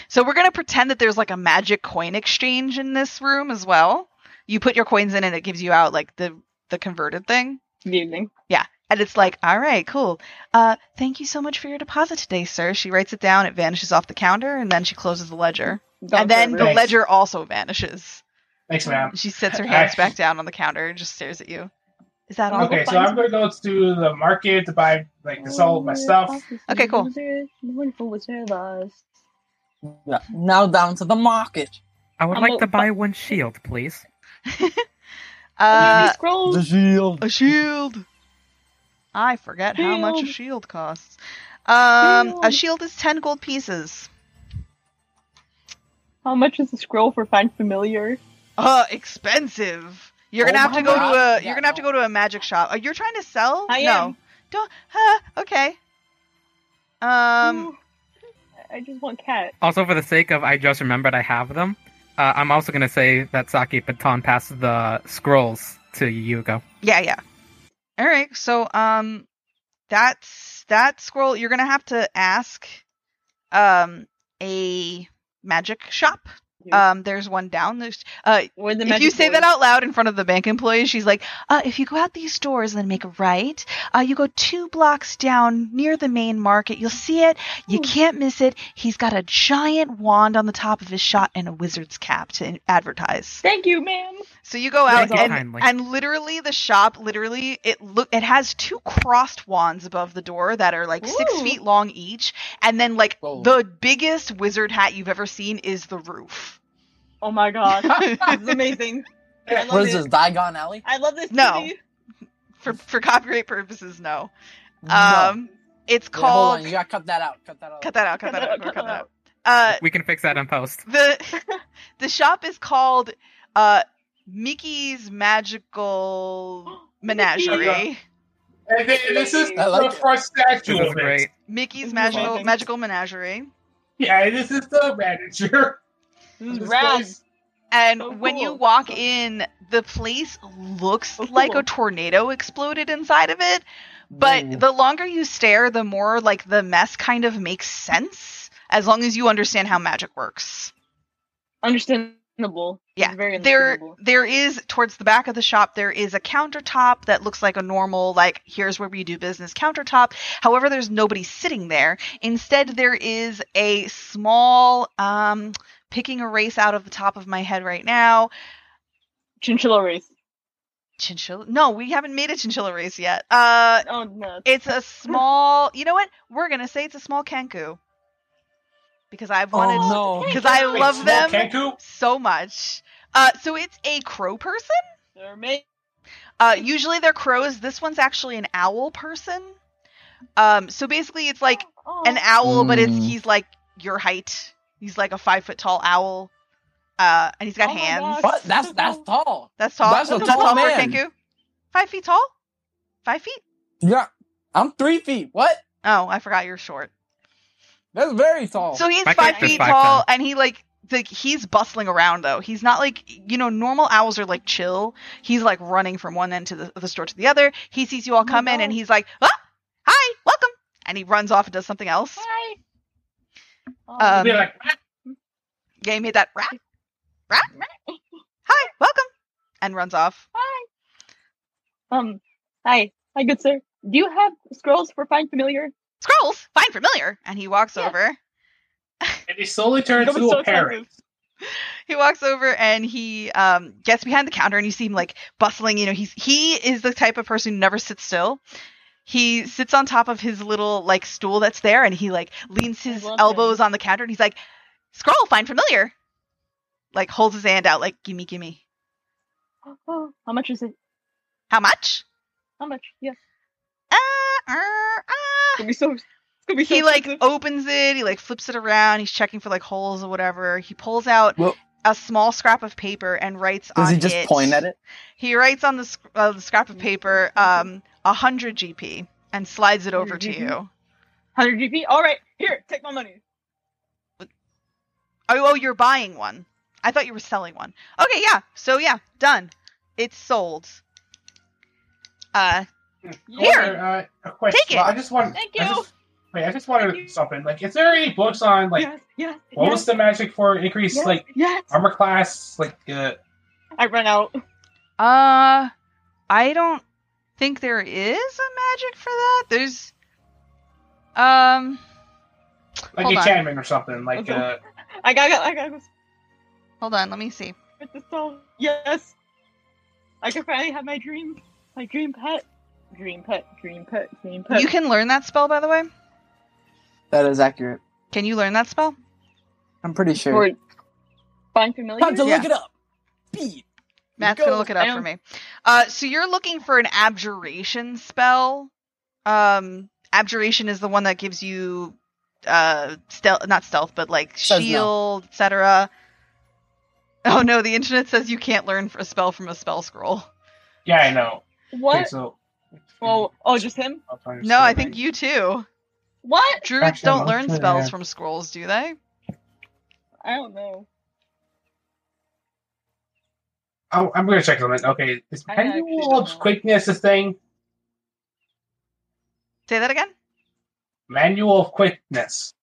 So we're gonna pretend that there's like a magic coin exchange in this room as well. You put your coins in, and it gives you out like the the converted thing.
Good evening.
And it's like, all right, cool. Uh, thank you so much for your deposit today, sir. She writes it down. It vanishes off the counter, and then she closes the ledger.
Dr.
and then the
Rose.
Nice.
ledger also vanishes.
Thanks, ma'am.
She sets her hands
Alright.
back down on the counter and just stares at you. Is that all?
Okay, so I'm gonna go to the market to buy like the sell my stuff.
Okay, cool.
Wonderful was her last.
Yeah. Now down to the market.
I would
I'm
like to
a-
buy one shield, please.
Uh,
scroll.
shield.
a shield. I forget how much a
Shield.
shield costs. Um, a
Shield.
shield is ten gold pieces.
How much is the scroll for find familiar?
Uh, expensive. You're
Oh
gonna have
my
to go to
God.
a. You're
Yeah,
gonna have to
no.
go to a magic shop. Are you trying to sell?
I
no.
am.
Don't. Huh, okay. Um.
Ooh, I I just want cat.
Also, for the sake of I just remembered I have them, uh, I'm also going to say that Saki Baton passed the scrolls to Yugo.
Yeah. Yeah. All right. So um, that's that scroll. You're gonna have to ask, um, a magic shop.
Yeah.
Um, there's one down. There's uh,
Where the
if you
magic
say
boy-
that out loud in front of the bank employee, she's like, uh, if you go out these doors and then make a right, uh, you go two blocks down near the main market. You'll see it. You
Ooh.
can't miss it. He's got a giant wand on the top of his shot and a wizard's cap to advertise.
Thank you, ma'am.
So you go out
Thank you
and,
kindly.
and literally the shop, literally it look it has two crossed wands above the door that are like six
Ooh.
feet long each. And then like
Whoa.
the biggest wizard hat you've ever seen is the roof.
Oh my god, this is amazing. I love
What is
it.
this? Diagon Alley?
I love this.
No.
city.
for for copyright purposes, no.
No.
Um, it's
Wait, hold
called.
on. You gotta cut that out. Cut that out.
Cut that out. Cut,
Cut
that
that
out.
out,
Cut that out. Uh,
We can fix that in post.
the the shop is called uh Mickey's Magical Menagerie.
And then this is
I like
the
it.
first
This
statue
is
of
great.
it.
Mickey's
Ooh,
Magical
amazing.
Magical Menagerie.
Yeah, this is the manager.
This
This
is rad.
place.
And
So
when you
cool.
walk in, the place looks
So
like
cool.
a tornado exploded inside of it. But
Ooh.
the longer you stare, the more like the mess kind of makes sense as long as you understand how magic works.
Understandable.
Yeah,
Very
there
understandable.
there is towards the back of the shop there is a countertop that looks like a normal like here's where we do business countertop however there's nobody sitting there instead there is a small um picking a race out of the top of my head right now
Chinchilla race.
chinchilla no we haven't made a chinchilla race yet uh
Oh no.
it's a small you know what we're gonna say it's a small kanku because i've wanted
Oh, no.
because i
Wait,
love
small
them
Kenku?
so much uh so it's a crow person
They're amazing.
Uh, usually they're crows. This one's actually an owl person. Um, so basically, it's like
Oh,
an owl, but it's
Mm.
he's like your height. He's like a five foot tall owl, uh, and he's got
Oh my
hands.
gosh.
What? That's that's tall.
That's tall.
That's a tall
tall for
man.
Kenku. Five feet tall. Five feet.
Yeah. I'm three feet. What?
Oh, I forgot you're short.
That's very tall.
So he's
Oh, My
five
character's
feet
five
tall,
ten.
and he like like he's bustling around though. He's not like you know normal owls are like chill. He's like running from one end to the, of the store to the other. He sees you all
my
come in, and
God.
he's like, "Ah, hi, welcome," and he runs off and does something else.
Hi. Oh,
Um,
Be like,
Yeah, he made that rat, rat, hi, welcome, and runs off.
hi. Um. Hi. Hi, good sir. Do you have scrolls for find familiar?
Scrolls, find familiar, and he walks
Yeah.
over.
and he slowly turns
That was
into
so
a parrot.
expensive.
he walks over and he um, gets behind the counter and you see him like bustling you know he's he is the type of person who never sits still he sits on top of his little like stool that's there and he like leans
I
his
love
elbows on the counter and he's like scroll find familiar like holds his hand out like gimme gimme
Oh, how much is it?
how much
How much? Yeah.
uh, uh, uh.
It's gonna be so. It's gonna be so.
he like
expensive.
opens it he like flips it around he's checking for like holes or whatever he pulls out
Well-
a small scrap of paper and writes
Does
on
he just
it,
point at it?
He writes on the, sc- uh, the scrap of paper um, 100 GP and slides it over to
100
you.
100 GP. All right, here, take my money.
Oh, oh, you're buying one. I thought you were selling one. Okay, yeah. So, yeah, done. It's sold. Uh,
Here,
Here.
uh, a question.
Take it.
I just want.
Thank
I
you.
just, wait, I just
Thank you.
wanted something. Like, is there any books on like
yes, yes,
what
yes,
was the magic for increased
yes,
like
yes.
armor class? Like, uh,
I run out.
uh, I don't think there is a magic for that. There's, um,
like
Hold on.
enchantment or something. Like,
Okay.
uh,
I gotta, I gotta go
hold on, let me see.
with the soul. Yes. I can finally have my dream, my dream pet, dream pet, dream pet, dream pet.
You can learn that spell, by the way.
That is accurate.
Can you learn that spell?
I'm pretty sure.
or find familiar.
Time to
Yeah.
look it up. Beat.
Matt's
Go.
gonna look it up
I
for
am-
me. Uh, so you're looking for an abjuration spell. Um, abjuration is the one that gives you uh stealth, not stealth, but like
Says no.
shield, etc. Oh no, the internet says you can't learn a spell from a spell scroll.
yeah, I know. Okay,
What?
so.
Oh, oh, just him.
I'll try to
No, I
see.
think you too.
What?
Druids
Actually, I'm
don't learn
looking
spells
uh,
at-
from scrolls, do they?
I don't know.
Oh, I'm gonna check something. Okay, is
I actually
manual
don't know.
quickness a thing?
Say that again.
Manual quickness.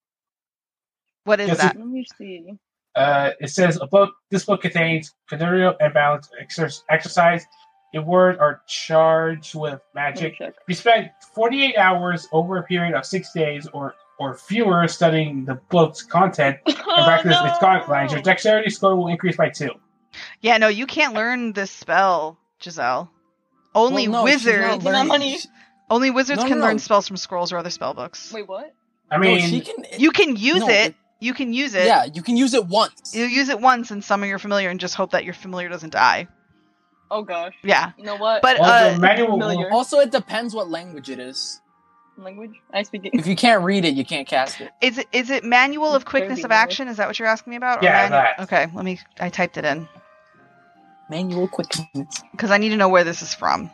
What is
Yes, it-
that?
Let me see.
Uh, it says a book. This book contains considerable and balanced exer- exercise. A word are charged with
Let me
magic.
check.
We spent 48 hours over a period of six days or or fewer studying the book's content.
Oh,
In practice, its guidelines. Your dexterity score will increase by two.
Yeah, no, you can't learn this spell, Giselle. Only
Well, no, she's not
wizards,
learning-
money.
she-
only wizards
No,
can
no,
learn
no.
spells from scrolls or other spell books.
Wait, what?
I
no,
mean,
she can.
You can use
no,
it. You can use it.
Yeah, you can use it once.
You use it once and summon your familiar and just hope that your familiar doesn't die.
Oh gosh.
Yeah.
You know what?
But
also
uh,
manual.
familiar.
also, it depends what language it is.
Language. I speak. it.
If you can't read it, you can't cast it.
is it is it manual of quickness of
Thirty.
action? Is that what you're asking me about? Or
Yeah,
manual-
that.
Okay, let me I typed it in
Manual quickness.
cuz I need to know where this is from.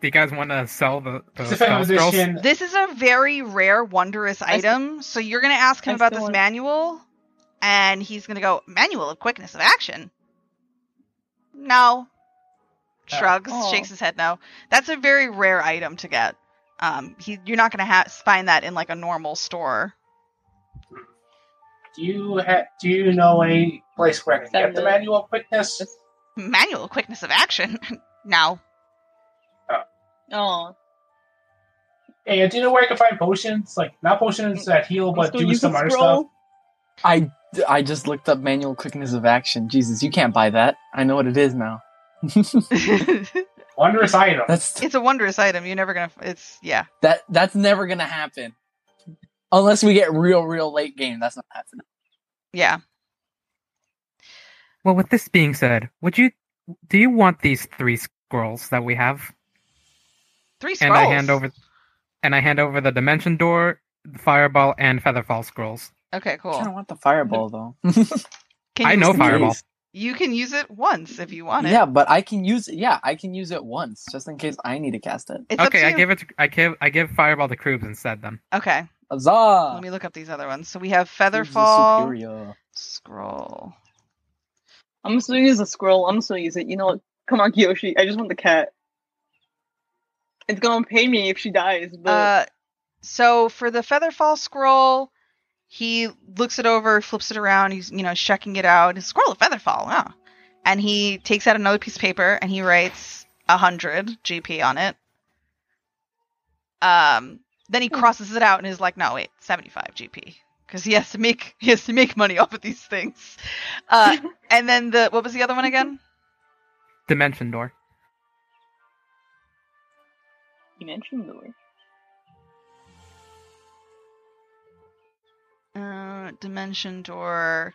Do you guys want to sell the, the
It's a
spell
fifth
scrolls?
edition.
This is a very rare wondrous
I s-
item, so you're going to ask him
I
about
still
this
want-
manual and he's going to go manual of quickness of action. No.
Oh.
Shrugs,
Oh.
shakes his head no. That's a very rare item to get. Um, he, you're not going to ha- find that in like a normal store.
Do you ha- do you know any place where I can get the
Seven.
manual quickness?
manual quickness of action. now,
Oh,
Hey, do you know where I can find potions? Like not potions that heal,
I'm
but
still
do
using
some other
scroll.
stuff.
I I just looked up manual quickness of action. Jesus, you can't buy that. I know what it is now.
it's
Wondrous item.
That's
a wondrous item. You're never gonna. It's yeah.
that that's never gonna happen. Unless we get real, real late game, that's not happening.
Yeah.
Well, with this being said, would you do you want these three scrolls that we have?
Three
And
scrolls.
I hand over, and I hand over the dimension door, the fireball, and featherfall scrolls.
Okay,
I kind of
cool.
want the fireball though.
Can
I
you
know
use-
fireball.
You can use it once if you want it.
yeah, but I can use it. Yeah, I can use it once, just in case I need to cast it.
It's up
Okay,
to
I
you.
give it. To, I give. I give fireball to Krubes instead. Then
Okay.
Huzzah!
Let me look up these other ones. So we have
Who's the
Featherfall
superior?
scroll.
I'm just gonna use a scroll. I'm just gonna use it. You know what? Come on, Kiyoshi. I just want the cat. It's gonna pay me if she dies. But
Uh, so for the Featherfall scroll, he looks it over, flips it around. He's you know checking it out. Scroll of Featherfall, wow. And he takes out another piece of paper and he writes hundred GP on it. Um, then he
Hmm.
crosses it out and is like, no, wait, seventy-five GP because he has to make he has to make money off of these things. Uh, and then the what was the other one again?
dimension door.
you mentioned the word.
Uh, dimension door.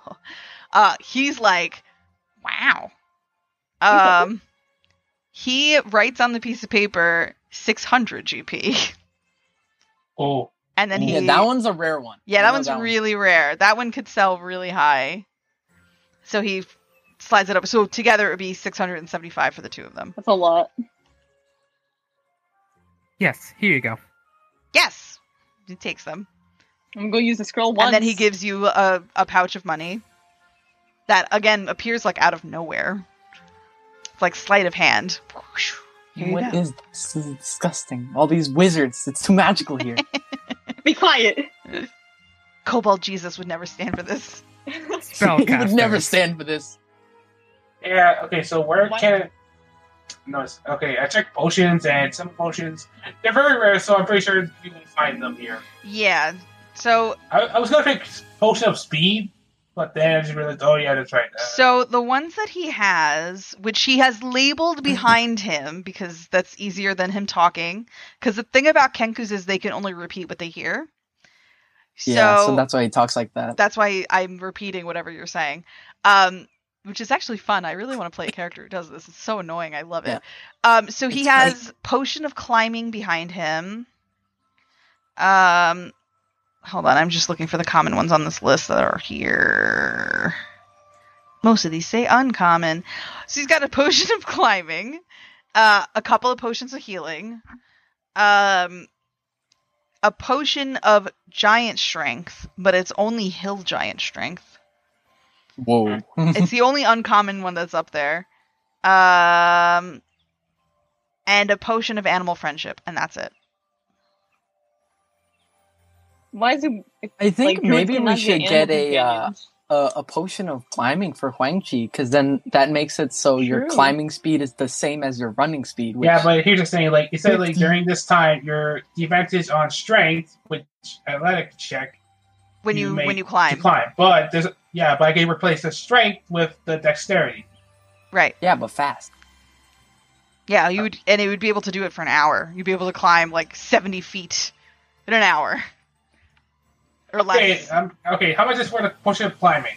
uh, he's like, wow. Um, he writes on the piece of paper 600 GP,
Oh,
and then he
yeah, that one's a rare one.
Yeah,
I
that
know
one's
one.
really rare. That one could sell really high. So he f- slides it up. So together it would be 675 for the two of them.
That's a lot.
Yes, here you go.
Yes, he takes them,
I'm gonna use the scroll once.
and then he gives you a, a pouch of money. that again appears like out of nowhere. It's like sleight of hand. Whoosh. Here you
What
go.
is this? This is disgusting. All these wizards. It's too magical here.
Be quiet.
Cobalt Jesus would never stand for this.
he would never
Spellcaster.
stand for this.
Yeah, okay, so where
Why-
can. No, it's- okay, I checked potions, and some potions. They're very rare, so I'm pretty sure you can find them here.
Yeah.
Uh.
So
I, I was gonna pick potion of speed, but then I just realized, oh yeah, that's right. Uh,
So the ones that he has, which he has labeled behind him because that's easier than him talking. Because the thing about Kenkus is they can only repeat what they hear. So,
yeah, so
that's
that's why he talks like that.
that's why I'm repeating whatever you're saying. Um, which is actually fun. I really want to play a character who does this. It's so annoying. I love it. Um, so he
It's
has potion of climbing behind him. Um, hold on. I'm just looking for the common ones on this list that are here. Most of these say uncommon. So he's got a potion of climbing, uh, a couple of potions of healing, um, a potion of giant strength, but it's only hill giant strength.
Whoa.
It's the only uncommon one that's up there. Um, and a potion of animal friendship, and that's it.
Why is it? it's
I think
like, druids
maybe we
cannot
should
animal
get a, uh,
companions.
a a potion of climbing for Huang Chi, because then that makes it so your
True.
climbing speed is the same as your running speed. Which,
yeah, but here's the thing: like, it said like
Fifteen.
during this time, your defense is on strength, which athletic check
When you,
You may-
when you
to
climb.
climb. But there's yeah, but I can replace the strength with the dexterity.
right?
yeah, but fast.
Yeah, you would, and it would be able to do it for an hour. You'd be able to climb like seventy feet in an hour or
Okay,
less.
um, okay. How much is for the potion of climbing?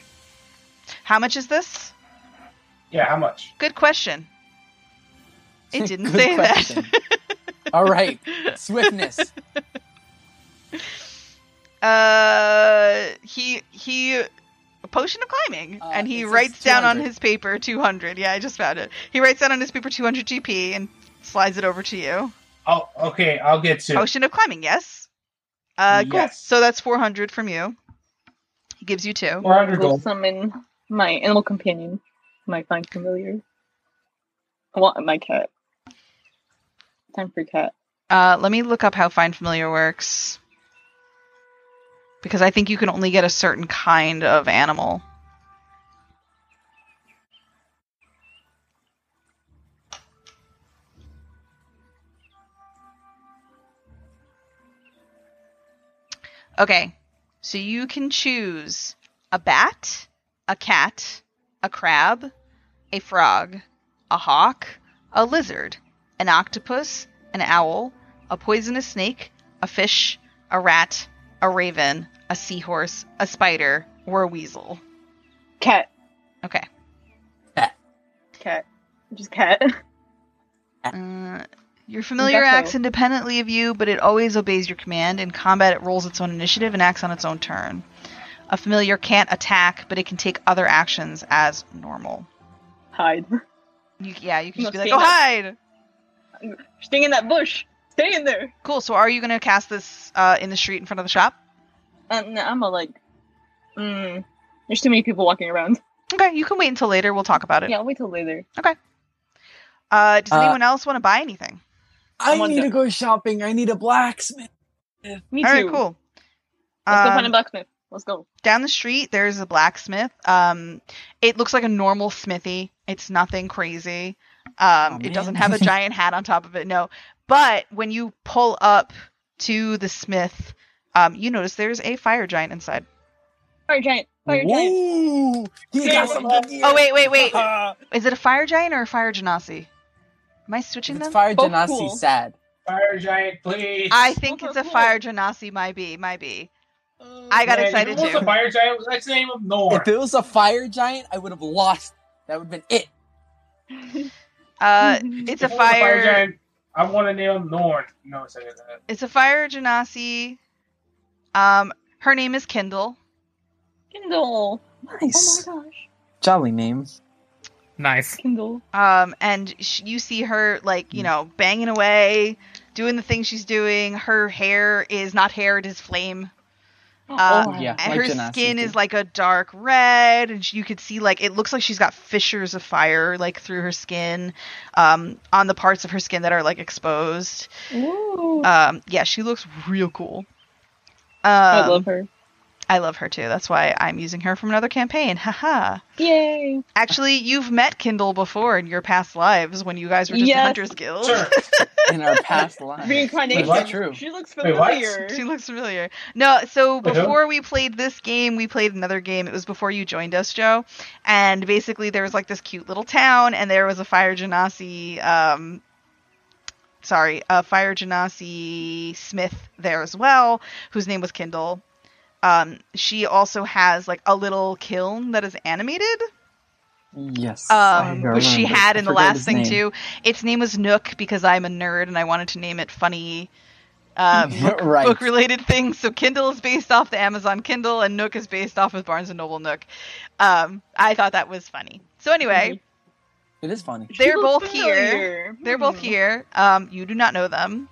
How much is this?
Yeah, how much?
Good question. It didn't
Good
say
question. All right, swiftness.
that. uh, he he. A potion of climbing,
Uh,
and
it
he
says
writes down on
200.
his paper 200. Yeah, I just found it. He writes down on his paper 200 GP and slides it over to you.
Oh, okay. I'll get to.
Potion of climbing, yes. Uh, cool.
Yes.
So that's 400 from you. He gives you two.
Four hundred
Will
gold.
summon my animal companion, my fine familiar. I want my cat. Time for cat.
Uh, let me look up how Find Familiar works. Because I think you can only get a certain kind of animal. Okay, so you can choose a bat, a cat, a crab, a frog, a hawk, a lizard, an octopus, an owl, a poisonous snake, a fish, a rat, a raven, a seahorse, a spider, or a weasel.
Cat.
Okay.
Cat. Just cat.
Uh, your familiar
Gecko.
acts independently of you, but it always obeys your command. In combat, it rolls its own initiative and acts on its own turn. A familiar can't attack, but it can take other actions as normal.
Hide.
You, yeah, you can just
Must
be like,
be
"Oh,
nice."
hide."
Stay in that bush. Stay in there.
Cool. So, are you gonna cast this uh, in the street in front of the shop?
Uh, no, I'm a like. Mm, there's too many people walking around.
Okay, you can wait until later. We'll talk about it.
Yeah, I'll wait till later.
Uh, does
Uh,
anyone else want to buy anything?
I
Someone
need
do-
to go shopping. I need a blacksmith.
Me
All
too.
right, cool.
Let's go
Um,
find a blacksmith. Let's go.
down the street there's a blacksmith um it looks like a normal smithy it's nothing crazy um
Oh,
it doesn't
man.
have a giant hat on top of it no but when you pull up to the smith um you notice there's a fire giant inside
Fire giant. Fire giant.
Whoa! He got some good gear.
oh wait wait wait
if
is it a fire giant or a fire genasi am i switching
it's
them Oh,
fire
Both
genasi,
cool.
sad.
Fire giant, please.
i think
Both
it's
are
a
cool.
fire genasi might be might be i got
Man,
excited
If it was
too
a fire giant, let's name him Nor.
If it was a fire giant, I would have lost. That would have been it.
uh it's a
If it was
fire
giant, I want to name him Norn. No, it's not that.
it's a fire genasi um her name is kindle
Kindle. Oh
Nice.
my gosh.
Jolly name.
Nice.
Kindle.
um and sh- you see her like
Hmm.
you know banging away doing the thing she's doing her hair is not hair it is flame Uh,
oh,
yeah.
And
like
her
Jenna
skin
said.
is like a dark red, and she- you could see like it looks like she's got fissures of fire like through her skin, um, on the parts of her skin that are like exposed.
Ooh.
Um, yeah, she looks real cool. Um,
I love her.
I love her too. That's why I'm using her from another campaign. Haha.
Yay.
Actually, you've met Kindle before in your past lives when you guys were just the
Yes.
Hunters Guild.
Sure.
in our past lives.
Reincarnation.
That's true.
She looks
Wait, what?
familiar.
She looks familiar. No, so
Wait, who?
before we played this game, we played another game. It was before you joined us, Joe. And basically, there was like this cute little town, and there was a fire genasi. Um, sorry, a fire genasi smith there as well, whose name was Kindle. Um, she also has like a little kiln that is animated
Yes.
um,
Oh, I
which she
remember.
had
I
in the
forgot
last
his
thing
name.
too. Its name was Nook because I'm a nerd and I wanted to name it funny uh, book,
Right.
related things. So Kindle is based off the Amazon Kindle and Nook is based off of Barnes and Noble Nook. Um, I thought that was funny. So anyway,
Mm-hmm.
It is funny.
She
they're
looks
both here.
familiar.
They're both
Hmm.
here. Um, you do not know them,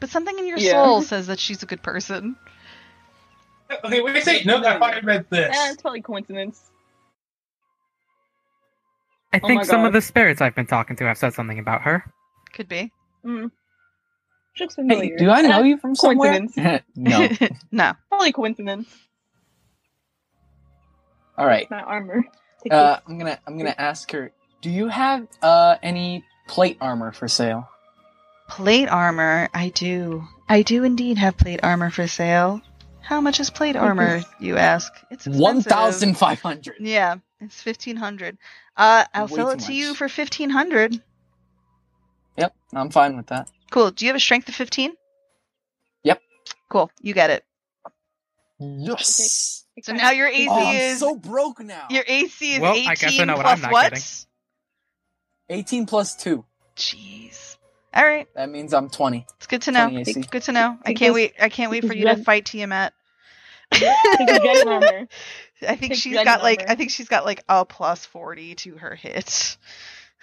but something in your
Yeah.
soul says that she's a good person.
Okay, wait a second. No, I thought I meant
Eh,
this.
it's probably coincidence.
I
Oh
think
my
some
God.
of the spirits I've been talking to have said something about her.
Could be.
She looks
Hey,
familiar.
do I know
Eh,
you from somewhere?
coincidence.
no.
no.
Probably coincidence.
All right.
Not armor. Take
Uh, I'm gonna I'm gonna ask her. Do you have uh, any plate armor for sale?
Plate armor, I do. I do indeed have plate armor for sale. How much is plate armor, you ask? It's expensive.
One thousand five hundred.
Yeah, it's fifteen hundred. Uh, I'll
Way
sell
too
it to you
much.
for fifteen hundred.
Yep, I'm fine with that.
Cool. Do you have a strength of fifteen?
Yep.
Cool. You get it.
Yes.
it.
So now your AC
Oh, I'm
is
so broke now.
your AC is
Well, I guess I
eighteen
know what
plus
I'm not
what?
getting.
18 plus two.
Jeez. All right.
That means I'm 20.
It's good to know.
20 AC.
Good to know. I
Take
can't
those-
wait. I can't wait
take
for
those
you to
red-
fight Tiamat.
Take the dragon armor.
I think
Take
she's
Jenny
got like
number.
I think she's got like a plus forty to her hit.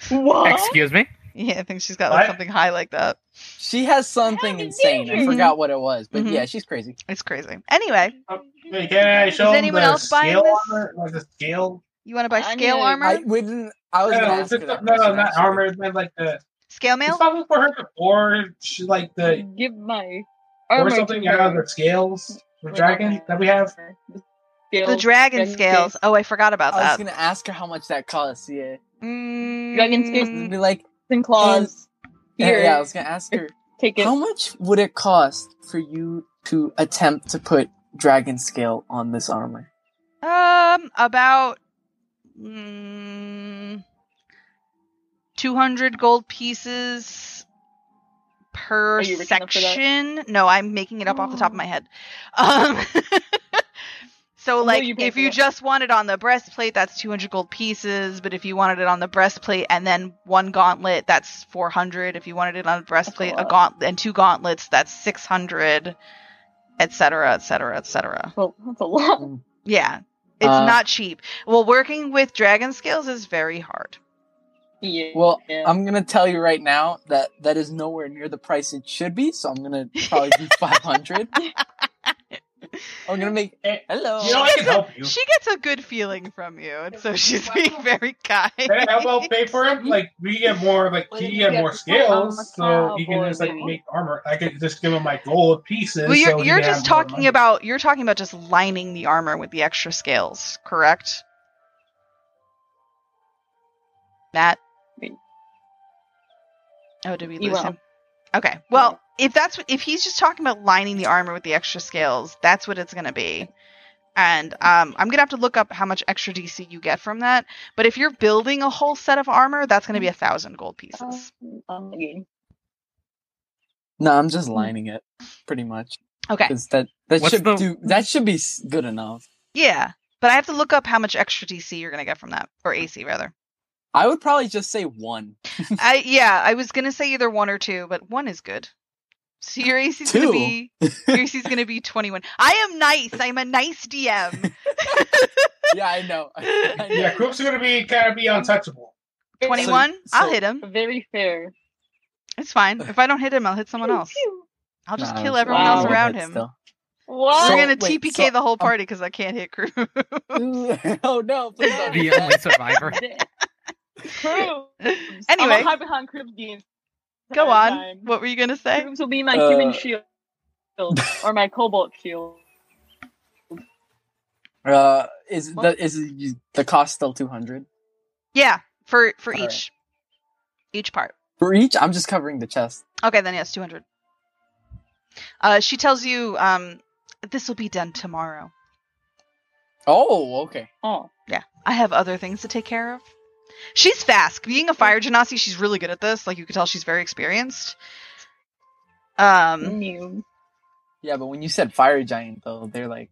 What?
Excuse me?
Yeah, I think she's got like
What?
something high like that.
She has
How
something
did
insane.
you-
I forgot what it was, but
Mhm.
Mm-hmm.
yeah, she's crazy.
It's crazy. Anyway,
Wait, can I show
Is
him
anyone
the
else buying
scale
this?
armor? Like the scale?
you want to buy
I'm
scale
gonna-
armor?
I wouldn't.
Oh,
I was
No,
gonna
no,
ask her that
no,
question,
not
actually.
armor. It's meant like the.
Scale
It's
mail?
possible for her to forge like the
Give my
or
armor
something
to
out of
her.
the scales for
Like
dragon
my-
that we have.
Scales,
The dragon
dragon
scales.
scales.
Oh, I forgot about
I was
that.
gonna ask her how much that costs. Yeah,
Mm,
Dragon scales.
It'd be like,
and claws. Here,
Oh. yeah, I was gonna ask her
take it.
how much would it cost for you to attempt to put dragon scale on this armor?
Um, about mm, 200 gold pieces per
Are you rich enough for that? Oh.
section. No, I'm making it up off the top of my head. Um, so,
What
like,
are you paying
if
for
you
that?
just wanted on the breastplate, that's 200 gold pieces. But if you wanted it on the breastplate and then one gauntlet, that's 400. If you wanted it on the breastplate, a
lot.
gauntlet and two gauntlets, that's 600, et cetera, et cetera, et cetera.
Well, that's a lot.
Yeah. It's
Uh,
not cheap. Well, working with dragon scales is very hard.
Yeah.
Well,
yeah.
I'm gonna tell you right now that that is nowhere near the price it should be. So I'm gonna probably do 500. I'm gonna make
Eh,
hello.
You know, I can help you.
She gets a good feeling from you, and so she's being very kind.
Can I help out pay for him? Like we get more, like
Well,
he
you
get
get
more
to put on the
skills, so he can
cowboy
just like
baby.
make armor. I could just give him my gold pieces.
Well, you're,
so he
you're
can
just
have more
talking
money.
about you're talking about just lining the armor with the extra scales, correct? Matt.
Wait.
Oh, did we
You
lose
will.
him? Okay. Well, if that's what, if he's just talking about lining the armor with the extra scales, that's what it's gonna be. And um, I'm gonna have to look up how much extra DC you get from that. But if you're building a whole set of armor, that's gonna be a thousand gold pieces.
Um, again.
No, I'm just lining it, pretty much.
Okay.
Because that that
What's
should
the-
do that should be s- good enough.
Yeah, but I have to look up how much extra DC you're gonna get from that, or AC rather.
I would probably just say one.
I yeah, I was gonna say either one or two, but one is good. So your AC is gonna
Two?
be your AC is gonna be twenty one. I am nice. I'm a nice DM.
Yeah, I know. I know.
Yeah, Crook's gonna be kind of be untouchable.
Twenty one. I'll
so-
hit him.
Very fair.
It's fine. If I don't hit him, I'll hit someone else.
Pew, pew.
I'll just
Nah,
kill
it's-
everyone
I
else
would
wow.
around
hit
him.
still.
What?
So-
We're gonna
wait,
TPK
so- um,
the whole party because I can't hit crew.
oh no! Please don't.
The
do
only
that.
survivor.
Crubs.
Anyway.
I'm hide behind Cribs the
Go on.
entire time.
What were you gonna say?
Cribs will be my
Uh,
human shield or my cobalt shield.
Uh, is
Well-
the is the cost still two hundred
Yeah, for for
All
each,
right.
each part.
for each? I'm just covering the chest.
Okay, then yes, two hundred. Uh, she tells you, um, this will be done tomorrow.
Oh, okay.
Oh,
I have other things to take care of. She's fast. Being a fire genasi, she's really good at this. Like you can tell, she's very experienced.
Mm.
Um,
new.
Yeah, but when you said fire giant, though, they're like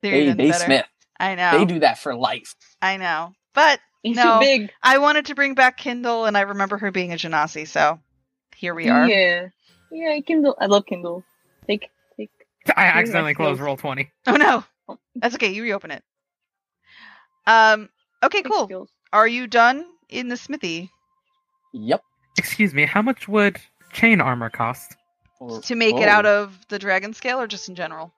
they're
they
even
they
better.
smith.
I know.
They do that for life.
I know. But
He's
No.
too big.
I wanted to bring back Kindle, and I remember her being a genasi, so here we are.
Yeah. Yeah, Kindle. I love Kindle. Take, take.
I
You're
accidentally
like
closed
close.
roll twenty.
Oh no, that's okay. You reopen it. Um. Okay.
take
Cool.
skills.
Are you done in the smithy
Yep.
Excuse me, how much would chain armor cost?
Or- oh,
to make
whoa.
it out of the dragon scale, or just in general?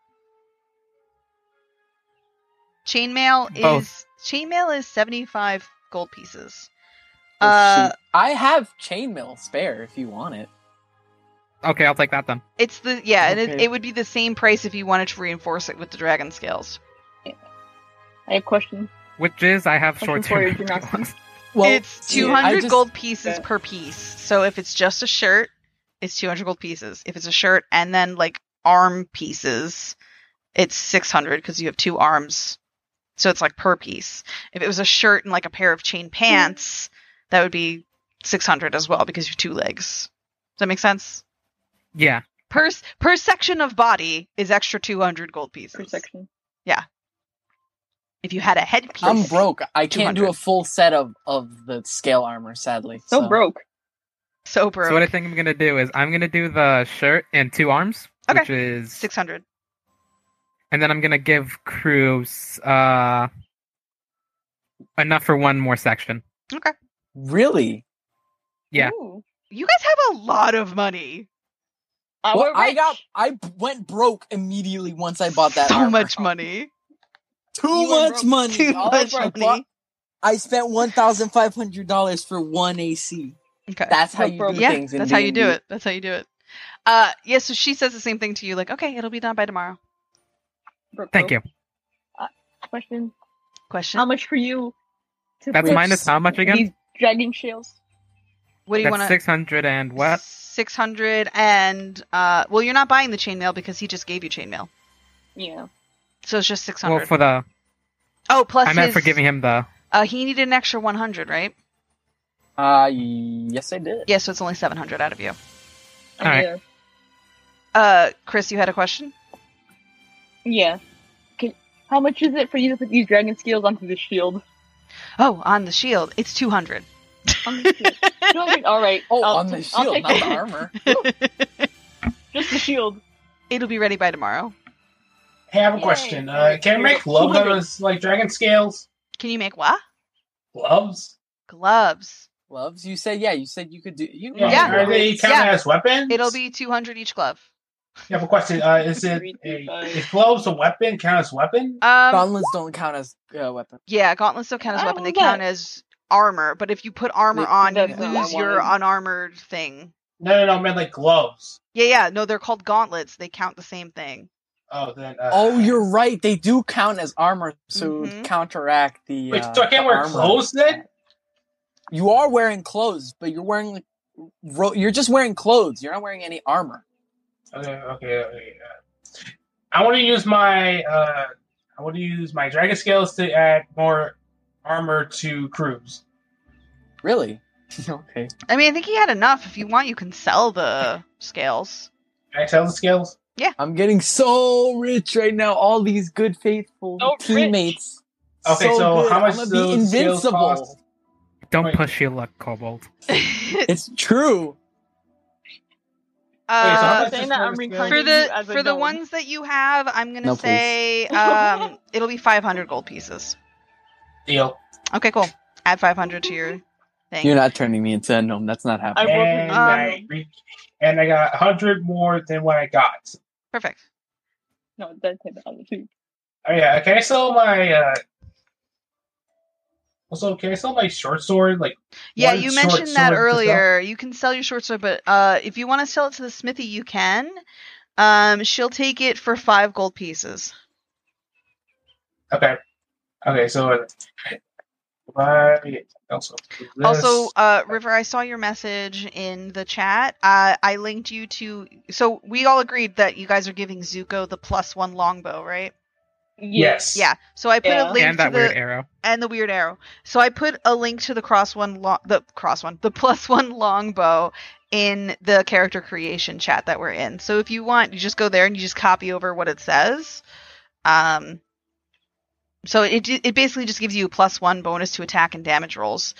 Chainmail
Both.
is chainmail is seventy five gold pieces.
Oh, shoot.
Uh,
I have chainmail spare if you want it.
Okay, I'll take that then.
it's the yeah, and it,
Okay.
it would be the same price if you wanted to reinforce it with the dragon scales.
I have a question.
Which is I have
Question
short
for your
term.
generosity.
Well,
it's
see, I
200
just-
gold pieces
Yeah.
per piece. So if it's just a shirt, it's 200 gold pieces. If it's a shirt and then like arm pieces, it's 600 because you have two arms. So it's like per piece. If it was a shirt and like a pair of chain
Mm-hmm.
pants, that would be 600 as well because you have two legs. Does that make sense?
Yeah.
Per per section of body is extra 200 gold pieces.
Per section.
If you had a headpiece,
I'm broke. I can't do
200.
a full set of of the scale armor, sadly.
So, broke.
So broke.
So what I think I'm gonna do is I'm gonna do the shirt and two arms,
Okay.
which is
600.
and then I'm gonna give Cruz uh enough for one more section.
Really?
Yeah.
Ooh.
You guys have a lot of money.
I,
Well,
Uh, were
I
rich.
got. I b- went broke immediately once I bought that.
so
armor.
much money.
Too much
You went broke.
money.
Too
All I
much
brought-
money.
I spent one thousand five hundred dollars for one AC.
Okay.
That's how
Broke,
you
broke.
do
yeah,
things. in
that's how you do
D&D.
it. That's how you do it. Uh, yeah. So she says the same thing to you, like, okay, it'll be done by tomorrow.
Broke,
Thank you.
Oh.
broke. Question.
Question.
How much for you? To
That's
put
minus how much again?
These dragon shields.
what do you
That's
want to?
six hundred and what?
Six hundred and uh, well, you're not buying the chainmail because he just gave you chainmail,
Yeah.
so it's just six
Well
hundred.
for the
oh, plus
I meant
his-
for giving him the
Uh, he needed an extra one hundred, right?
Uh, yes, I did.
Yeah, so it's only seven hundred out of you.
All right.
Yeah.
Uh, Chris, you had a question.
Yeah. Can, how much is it for you to put these dragon scales onto the shield?
Oh, on the shield, it's two hundred.
On the shield. 200? All right.
Oh,
I'll-
on the
I'll
shield,
take
not the
that.
armor.
Just the shield.
It'll be ready by tomorrow.
Hey, I have a
Yay.
question. Uh, can I make gloves out of like dragon scales?
Can you make what?
Gloves?
Gloves.
Gloves? You said yeah. You said you could do. You
Like,
Yeah.
Are they count
Yeah.
as weapons?
It'll be two hundred each glove.
You have a question. Uh, is it a, is gloves a weapon? Count as weapon?
Um,
gauntlets don't count as uh, weapon.
Yeah, gauntlets don't count as
I
weapon. They
don't know.
count as armor. But if you put armor
They-
on, you
That's not what I
lose your
wanted.
unarmored thing.
No, no, no. I meant like gloves.
Yeah, yeah. No, they're called gauntlets. They count the same thing.
Oh, then. Uh,
Oh, you're right. They do count as armor to
Mhm.
counteract the.
Wait,
uh,
so I can't
the
wear
armor.
clothes then?
You are wearing clothes, but you're wearing like, ro- you're just wearing clothes. You're not wearing any armor.
Okay, okay, okay. uh, I want to use my uh, I want to use my dragon scales to add more armor to crews.
Really? okay.
I mean, I think he had enough. If you want, you can sell the scales.
Can I tell the scales?
I'm getting so rich right now. All these good faithful
So rich.
teammates.
Okay, so
good.
how much
I'm gonna be
those scales
invincible.
cost?
don't
Wait.
push your luck, Kobold.
It's true.
Wait, so how
Uh,
much
saying
is
that
one
I'm
scale?
reincarnating
for
you
the
as a
for the
gnome.
ones that you have, I'm gonna
No, please.
say um, it'll be 500 gold pieces.
Deal.
Okay, cool. Add 500 to your thing.
You're not turning me into a gnome. That's not happening.
I rolled
And
with
Um,
I re- and I got hundred more than what I got.
Perfect.
No, that's him on the tube.
Oh yeah, can I sell my? uh Also, can I sell my short sword? Like,
Yeah,
one
you
short
mentioned that
sword to sell?
earlier. You can sell your short sword, but uh, if you want to sell it to the smithy, you can. Um, she'll take it for five gold pieces.
okay, okay, so uh, my also this-
Also, uh, River, I saw your message in the chat. Uh, I linked you to. So we all agreed that you guys are giving Zuko the plus one longbow, right?
yes,
Yeah. So I put a
Yeah.
link
and
to
that
the
weird arrow.
and the weird arrow. So I put a link to the cross one long the cross one the plus one longbow in the character creation chat that we're in. So if you want, you just go there and you just copy over what it says. Um. So it it basically just gives you a plus one bonus to attack and damage rolls.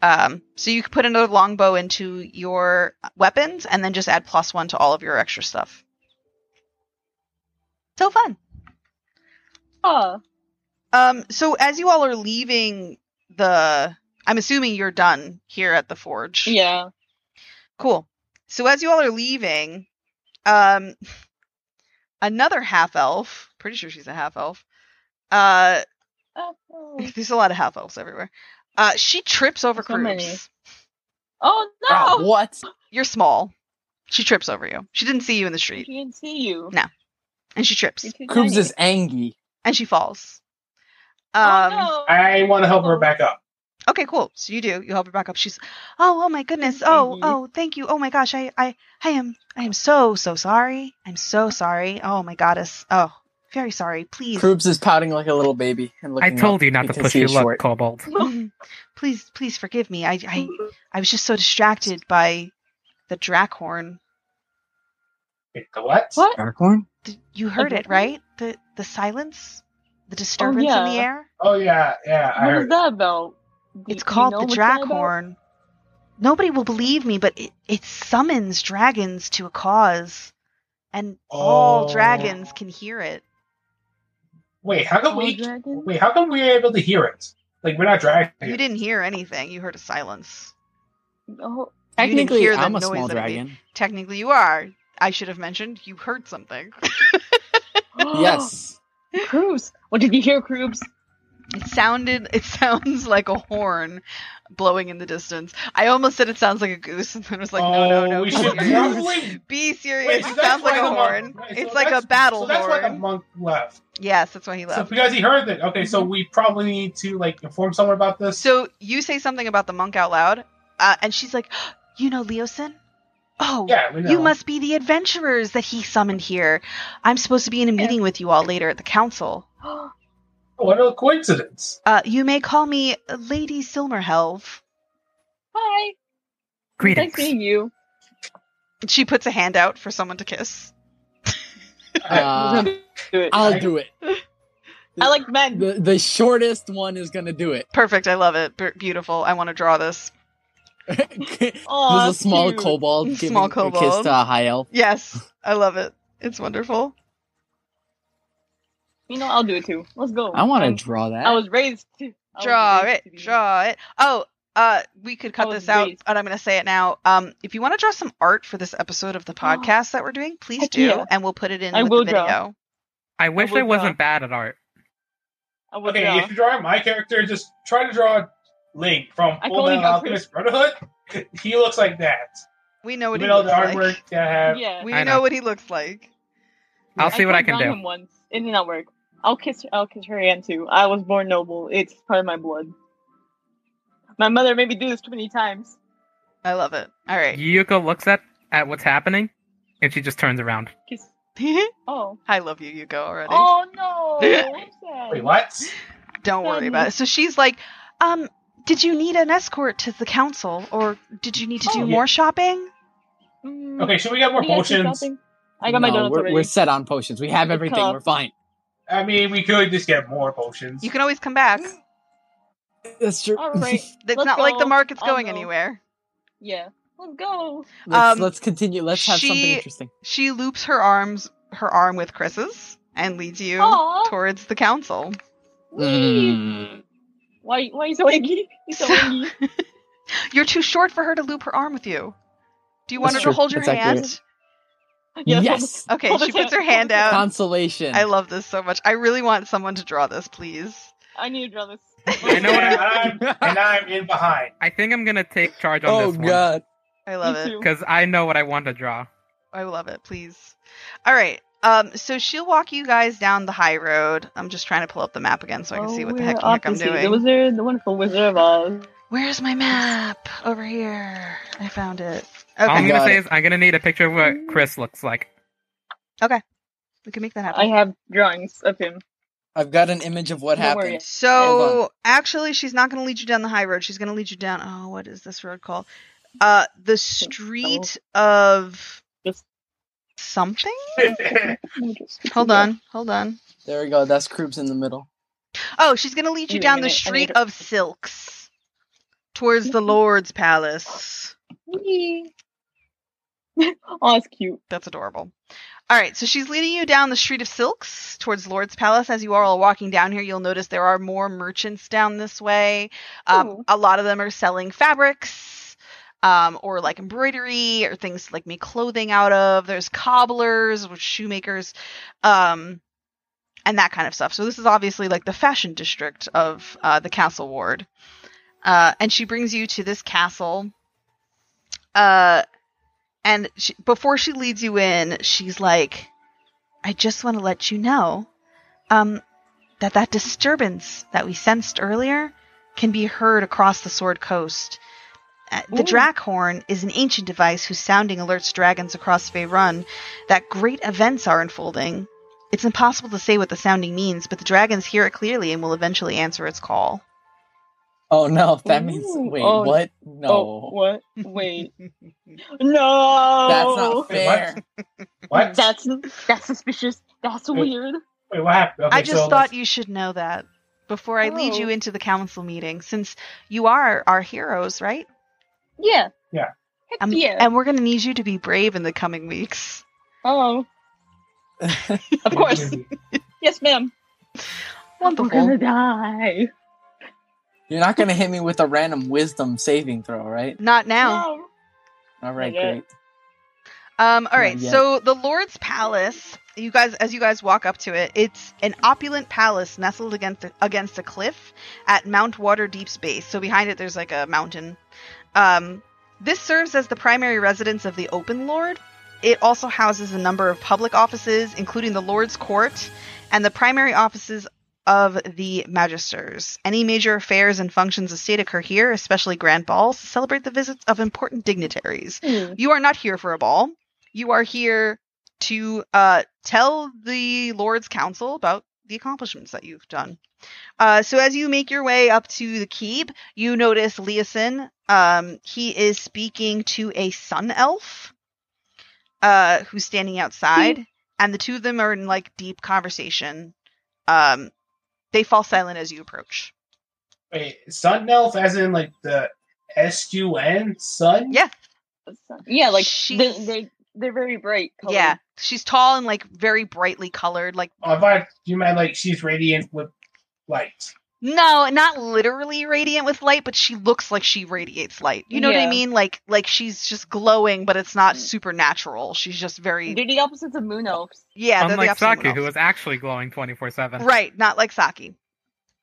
Um, so you can put another longbow into your weapons and then just add plus one to all of your extra stuff. So fun.
Ah,
Um, so as you all are leaving the, I'm assuming you're done here at the forge.
yeah.
Cool. So as you all are leaving, um, another half elf, pretty sure she's a half elf. Uh,
Oh, no.
there's a lot of half elves everywhere. Uh, she trips over
So
Cruz.
many. Oh
Oh,
no!
what?
You're small. She trips over you. She didn't see you in the
She
street,
didn't see you.
and she trips,
You're too
Koobs
tiny.
is angy.
and she falls. Um,
oh, no.
I want to help her back up.
Okay, cool. So you do. You help her back up. She's, oh, oh my goodness. Oh,
Mhm.
oh, thank you. Oh my gosh. I, I, I am, I am so, so sorry. I'm so sorry. Oh my goddess. Oh, very sorry. Please,
Koobs is pouting like a little baby and
I
looking.
told you not to
because
push
he
your
is
luck,
short.
Cobalt.
mm-hmm. please, please forgive me. I, I, I was just so distracted by the drakhorn.
Wait, the what?
What?
Darkhorn.
Th- You heard it,
drakhorn?
right? The, the silence, the disturbance in the
yeah.
air.
Oh yeah, yeah. I
What is
heard.
that about? Do-
It's
do you
called
know
the
what's that about?
Drakhorn. Nobody will believe me, but it, it summons dragons to a cause, and all
Oh.
dragons can hear it.
Wait, how come
All
we?
dragons?
Wait, how come we're able to hear it? Like we're not dragging.
You
it.
didn't hear anything. You heard a silence.
Oh,
You didn't
Technically,
hear the
I'm a
noise
small
that it made.
dragon.
Technically, you are. I should have mentioned you heard something.
Yes.
Cruz. What did you hear, Cruz?
it sounded. It sounds like a horn blowing in the distance. I almost said it sounds like a goose, and then was like, no, no,
Oh,
no. be
We should
serious.
probably.
Be
Wait,
serious.
so
it
that's
sounds like
why
a
the
horn.
monk- wait, so
it's like a
that's-
battle
So that's why
horn.
the monk left.
Yes, that's why he
So
left. Mm-hmm.
because he heard it, okay, so we probably need to like inform someone about this.
So you say something about the monk out loud, uh, and she's like, "You know, Leosin? Oh,
yeah, we know.
you must be the adventurers that he summoned here. I'm supposed to be in a meeting with you all later at the council.
Oh, What a coincidence!
Uh, you may call me Lady Silmerhelv."
Hi. Nice
Greetings.
seeing you.
She puts a hand out for someone to kiss.
Uh,
Do it.
I'll do it.
I like men.
The the shortest one is gonna do it.
Perfect. I love it. B- beautiful. I want to draw this.
Aw,
There's a small
cute.
kobold
Small
giving a kiss
kobold.
to a high elf.
Yes, I love it. It's wonderful.
You know, I'll do it too. Let's go.
I want
I'm-
to draw that.
I was raised to I was
Draw
raised
it.
Oh, to be-
Draw it. Oh, uh, we could cut
Oh,
this out,
great.
but I'm going to say it now. Um, if you want to draw some art for this episode of the podcast that we're doing, please
Heck
do,
yeah.
and we'll put it in
I
with
will
the
draw.
video.
I wish I
would
wasn't bad at art.
I will
okay,
draw.
if you draw my character, just try to draw Link from
I
Full
call
Metal
him
Alchemist Brotherhood. He looks like that.
We know what
With
he
all
looks
the artwork
like.
that I have.
Yeah.
We
I
know
know.
what he looks like.
I'll see what I can
tried drawing
do.
Him once. It did not work. I'll kiss. I'll kiss her hand too. I was born noble. It's part of my blood. My mother made me do this too many times.
I love it. All right.
Yuko looks at, at what's happening, and she just turns around.
Kiss.
I
Oh.
love you, Yuko, already.
Oh no. I'm sad.
Wait, what?
Don't worry about it. So she's like, um, did you need an escort to the council, or did you need to do
Oh, yeah.
more shopping?
Mm,
Okay, should we get more
do you guys do
potions?
shopping? I got my
No,
donuts
we're,
already.
we're set on potions. We have
Good
everything.
call.
We're fine.
I mean, we could just get more potions.
You can always come back.
That's true.
All right.
It's
Let's
not like the
go.
market's
I'll
going
go.
anywhere.
Yeah. Let's go.
let's,
Um,
let's continue. Let's have something
she-
interesting.
She loops her arms, her arm with Chris's, and leads you
Aww.
towards the council.
Mm.
Why? Why? Why you so angry? You so
So-
angry.
You're too short for her to loop her arm with you. Do you want
That's
her
true.
to hold your
That's
hand?
accurate.
Yes. Um,
yes.
Okay, she puts her hand out.
Consolation.
I love this so much. I really want someone to draw this, please.
I need to draw this.
I know what
and,
I-
I'm, and I'm in behind.
I think I'm gonna take charge on
oh
this one
god.
I love it.
too.
because I know what I want to draw.
I love it. Please. All right. Um, so she'll walk you guys down the high road. I'm just trying to pull up the map again so I can see what the
Oh, we're
heck, the
off
heck I'm
to see
doing.
The wizard, the wonderful Wizard of Oz.
Where's my map? Over here. I found it.
All I'm
Okay.
got
gonna say
it.
is I'm gonna need a picture of what Chris looks like.
We can make that happen.
I have drawings of him.
I've got an image of what
Don't worry.
happened. Hold
So actually, she's not going to lead you down the high road. She's going to lead you down. Oh, what is this road called? Uh, the street of
Just-
something.
That's
Hold on, hold on.
There we go. That's Krups in the middle.
Oh, she's going to lead you
Wait a
down the
minute, I
street
need to-
of silks towards the Lord's palace.
oh, it's cute.
That's adorable. All right, so she's leading you down the street of silks towards Lord's Palace. As you are all walking down here, you'll notice there are more merchants down this way. Um,
Ooh.
a lot of them are selling fabrics um, or like embroidery or things to, like make clothing out of. There's cobblers, which shoemakers, um, and that kind of stuff. So this is obviously like the fashion district of uh, the castle ward. Uh, and she brings you to this castle. Uh, and she, before she leads you in, she's like, I just want to let you know um, that that disturbance that we sensed earlier can be heard across the Sword Coast. Uh, The
Ooh.
Drakhorn is an ancient device whose sounding alerts dragons across Feyrun that great events are unfolding. It's impossible to say what the sounding means, but the dragons hear it clearly and will eventually answer its call.
Oh no, that means
Ooh,
wait,
oh,
what?
Oh,
No.
what? Wait. no.
That's
Oh.
not
Wait,
fair.
What?
That's that's suspicious. That's
Uh,
weird.
Wait, what happened? Okay,
I just
so
thought you should know that before I lead you
Oh.
into the council meeting, since you are our heroes, right?
Yeah.
Yeah.
Heck
Um,
yeah.
And we're going to need you to be brave in the coming weeks.
oh, of course. yes, ma'am.
Wonderful.
We're gonna die.
You're not gonna hit me with a random wisdom saving throw, right?
Not now.
No.
All right,
Not yet.
great.
Um, all right.
Not yet.
So the Lord's Palace, you guys, as you guys walk up to it, it's an opulent palace nestled against against a cliff at Mount Waterdeep's base. So behind it, there's like a mountain. Um, this serves as the primary residence of the Open Lord. It also houses a number of public offices, including the Lord's Court and the primary offices of the Magisters. Any major affairs and functions of state occur here, especially grand balls, to celebrate the visits of important dignitaries.
Hmm.
You are not here for a ball. You are here to uh, tell the Lord's Council about the accomplishments that you've done. Uh, so as you make your way up to the keep, you notice Leeson. Um, he is speaking to a sun elf uh, who's standing outside, and the two of them are in like deep conversation. Um, they fall silent as you approach.
Wait, Sun Elf, as in like the S U N Sun?
Yeah.
Yeah, like they're,
She's-
they're they're very bright. Colored.
Yeah, she's tall and like very brightly colored, like
Oh, I thought you meant like she's radiant with light.
No, not literally radiant with light, but she looks like she radiates light. You know what I
Yeah.
mean? Like like she's just glowing, but it's not
Mm.
supernatural. She's just very
They're the opposites of
Oh,
moon elves.
yeah. they're the
Unlike
opposite of
Saku, who
elves.
was actually glowing 24 seven.
right, not like Saki.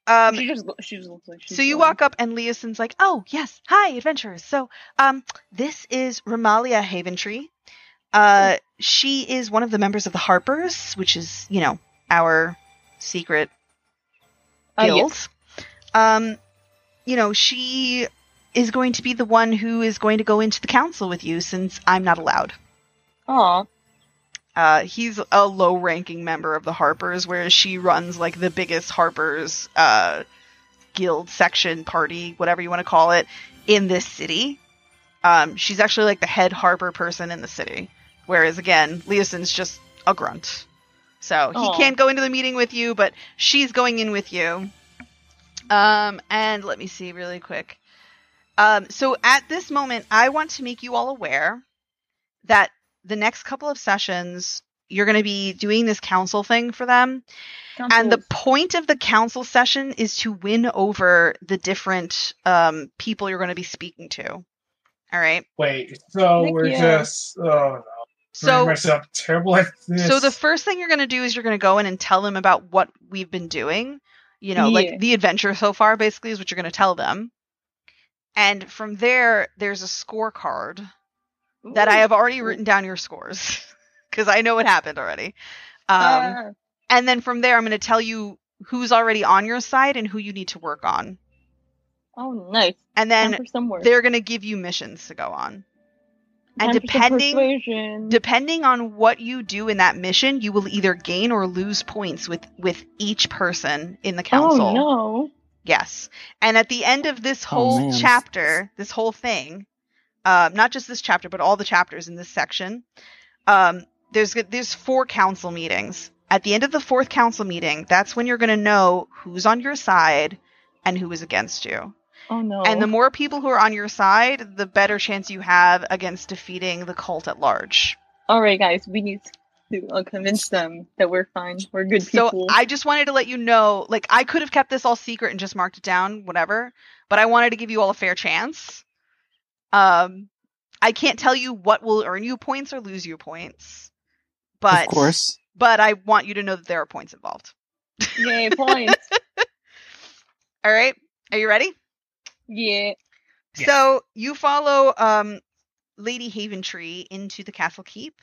Um,
she just lo- she just looks like she's
so you
blind.
walk up and Leoson's like, "Oh yes, hi adventurers. So um, this is Romalia Haventree. Uh, she is one of the members of the Harpers, which is you know our secret
Uh, yes.
guild. Um, you know, she is going to be the one who is going to go into the council with you since I'm not allowed.
Aw,
Uh, he's a low ranking member of the Harpers, whereas she runs like the biggest Harpers uh, guild section, party, whatever you want to call it, in this city. Um, she's actually like the head Harper person in the city, whereas again, Leoson's just a grunt. So he
Aw.
can't go into the meeting with you, but she's going in with you. Um, and let me see really quick. Um, so at this moment, I want to make you all aware that the next couple of sessions you're going to be doing this council thing for them and the point of the council session is to win over the different um, people you're going to be speaking to all right
Wait, so
Heck
we're
yeah.
just oh no.
So
myself terrible at this.
So the first thing you're going to do is you're going to go in and tell them about what we've been doing, you know,
Yeah.
like the adventure so far basically is what you're going to tell them. And from there there's a scorecard that I have already written down your scores cuz I know what happened already. Um
Ah,
and then from there I'm going to tell you who's already on your side and who you need to work on.
oh, nice.
And
Time
then
for some work.
they're going to give you missions to go on.
Time
and
for some
depending-
persuasion. Oh,
depending on what you do in that mission you will either gain or lose points with with each person in the council
Oh no! Oh,
yes and at the end of this whole
man.
chapter this whole thing um, not just this chapter but all the chapters in this section um, there's g- there's four council meetings at the end of the fourth council meeting that's when you're going to know who's on your side and who is against you
Oh no!
and the more people who are on your side the better chance you have against defeating the cult at large
All right, guys, we need to uh, convince them that we're fine. We're good
So
people.
I just wanted to let you know, like I could have kept this all secret and just marked it down, whatever, but I wanted to give you all a fair chance. Um I can't tell you what will earn you points or lose you points. But
of course.
but I want you to know that there are points involved.
Yay, points.
All right? Are you ready?
yeah.
Yes.
So you follow um, Lady Haventree into the castle keep,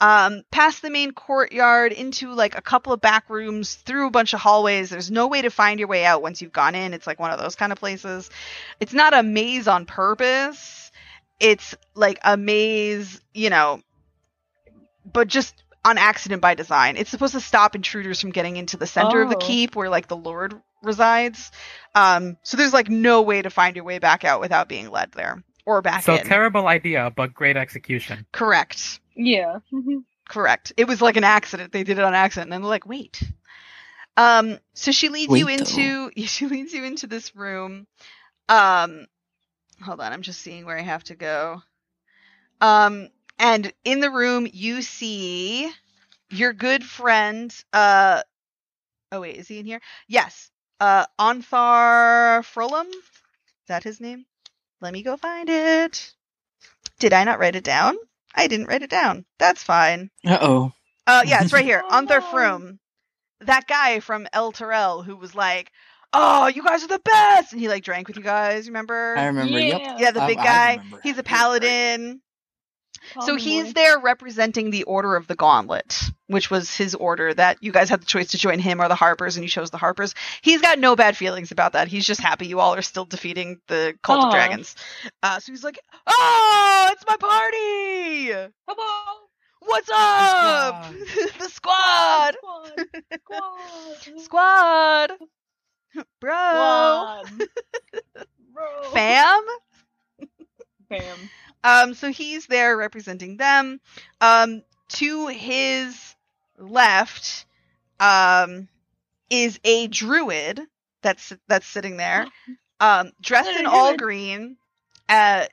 um, past the main courtyard, into like a couple of back rooms, through a bunch of hallways. There's no way to find your way out once you've gone in. It's like one of those kind of places. It's not a maze on purpose. It's like a maze, you know, but just on accident by design. It's supposed to stop intruders from getting into the center of the
Oh.
keep where like the Lord resides. Um, so there's like no way to find your way back out without being led there or back
So
in.
terrible idea, but great execution.
Correct.
Yeah. Mhm.
Correct. It was like an accident. They did it on accident, and then they're like, wait. Um, so she leads you
Wait,
into she leads you into this room. Um, hold on, I'm just seeing where I have to go. Um, and in the room you see your good friend. Uh, oh wait, is he in here? Yes. Uh, Onthar Frolum. Is that his name? Let me go find it. Did I not write it down? I didn't write it down. That's fine.
Uh oh.
Uh, yeah, it's right here.
Oh,
on their
no.
Froom. That guy from El Terrell who was like, Oh, you guys are the best! And he like drank with you guys, remember?
I remember. Yep.
Yeah.
yeah, the
I-
big
Oh, I
guy.
remember.
He's
You're
a
right.
paladin. So
Common
he's
Oh, boy.
there representing the Order of the Gauntlet, which was his order that you guys had the choice to join him or the Harpers, and you chose the Harpers. He's got no bad feelings about that. He's just happy you all are still defeating the Cult
Aw.
of Dragons. Uh, so he's like, Oh, it's my party!
Hello.
What's up? the squad!
Squad. Squad.
Squad! Bro!
Squad. Bro.
Fam?
Fam.
Um, so he's there representing them. Um, to his left, um, is a druid that's that's sitting there, um, dressed in
Another
all
druid.
green. Uh,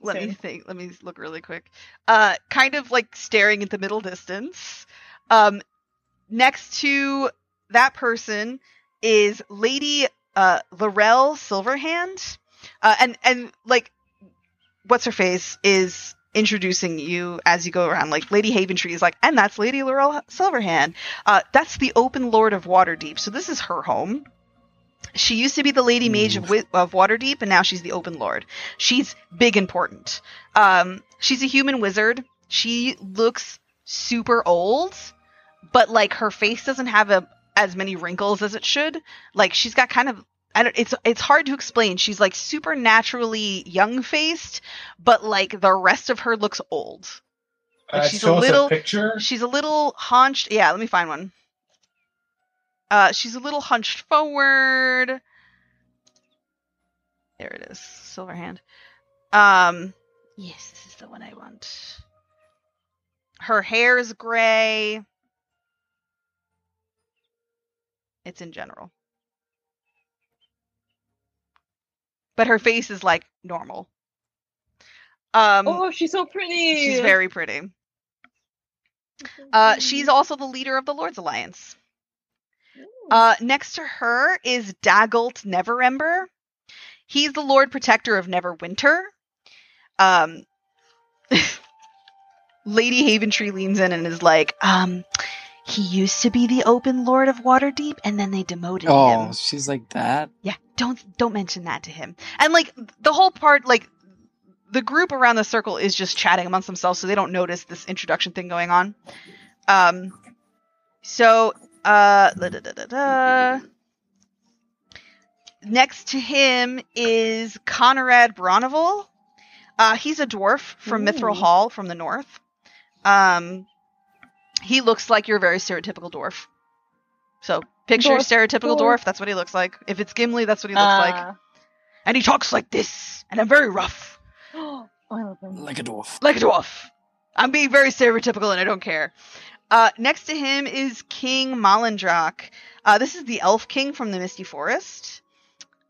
let me
Okay.
think. Let me look really quick. Uh, kind of like staring at the middle distance. Um, next to that person is Lady uh Laurel Silverhand, uh, and and like what's her face is introducing you as you go around. Like Lady Haventree is like, and that's Lady Laurel Silverhand. Uh, that's the Open Lord of Waterdeep. So this is her home. She used to be the Lady Mage of, Wi- of Waterdeep, and now she's the Open Lord. She's big important. Um, she's a human wizard. She looks super old, but like her face doesn't have a, as many wrinkles as it should. Like she's got kind of I don't it's it's hard to explain. She's like supernaturally young faced, but like the rest of her looks old.
Uh,
she's a
show us
little- uh,
picture.
She's a little hunched. Yeah, let me find one. Uh, she's a little hunched forward. There it is, silver hand. Um, yes, this is the one I want. Her hair is gray. It's in general, but her face is like normal. Um,
Oh, she's so pretty.
She's very pretty. Uh, she's also the leader of the Lords Alliance. Uh, next to her is Dagult Neverember. He's the Lord Protector of Neverwinter. Um, Lady Haventree leans in and is like, um, he used to be the open lord of Waterdeep, and then they demoted
Oh,
him.
she's like that.
Yeah, don't don't mention that to him. And like the whole part, like the group around the circle is just chatting amongst themselves, so they don't notice this introduction thing going on. Um, so uh, da, da, da, da, da. next to him is Conrad Bronival. Uh, he's a dwarf from Mithril
Ooh.
Hall from the north. Um, he looks like your very stereotypical dwarf. So picture
Dwarf,
stereotypical
dwarf.
dwarf. That's what he looks like. If it's Gimli, that's what he looks like.
Ah.
And he talks like this, and I'm very rough,
oh, I love him.
Like a dwarf.
like a dwarf. I'm being very stereotypical, and I don't care. Uh, next to him is King Malandrak. Uh, this is the elf king from the Misty Forest.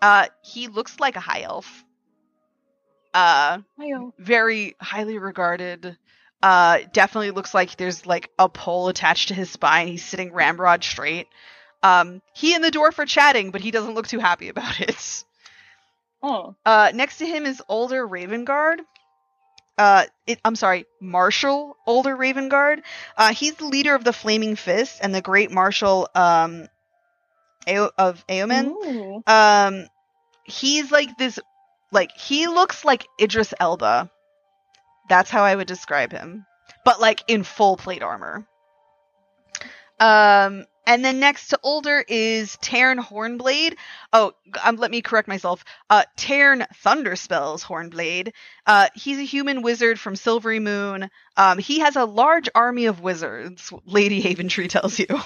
Uh, he looks like a high elf. Uh,
Hi-yo.
very highly regarded. Uh, definitely looks like there's like a pole attached to his spine. He's sitting ramrod straight. Um, he and the dwarf are chatting, but he doesn't look too happy about it.
Oh,
Uh, next to him is older Ravenguard. Uh, it, I'm sorry, Marshal Older Ravenguard. Uh, he's the leader of the Flaming Fist and the Great Marshal um, Ao- of Aomen
Ooh.
um he's like this like he looks like Idris Elba. That's how I would describe him. But like in full plate armor. Um and then next to older is Tarn Hornblade. Oh, g- um, let me correct myself. Uh, Tarn Thunderspells Hornblade. Uh, he's a human wizard from Silvery Moon. Um, he has a large army of wizards. Lady Haventree tells you.
Oh,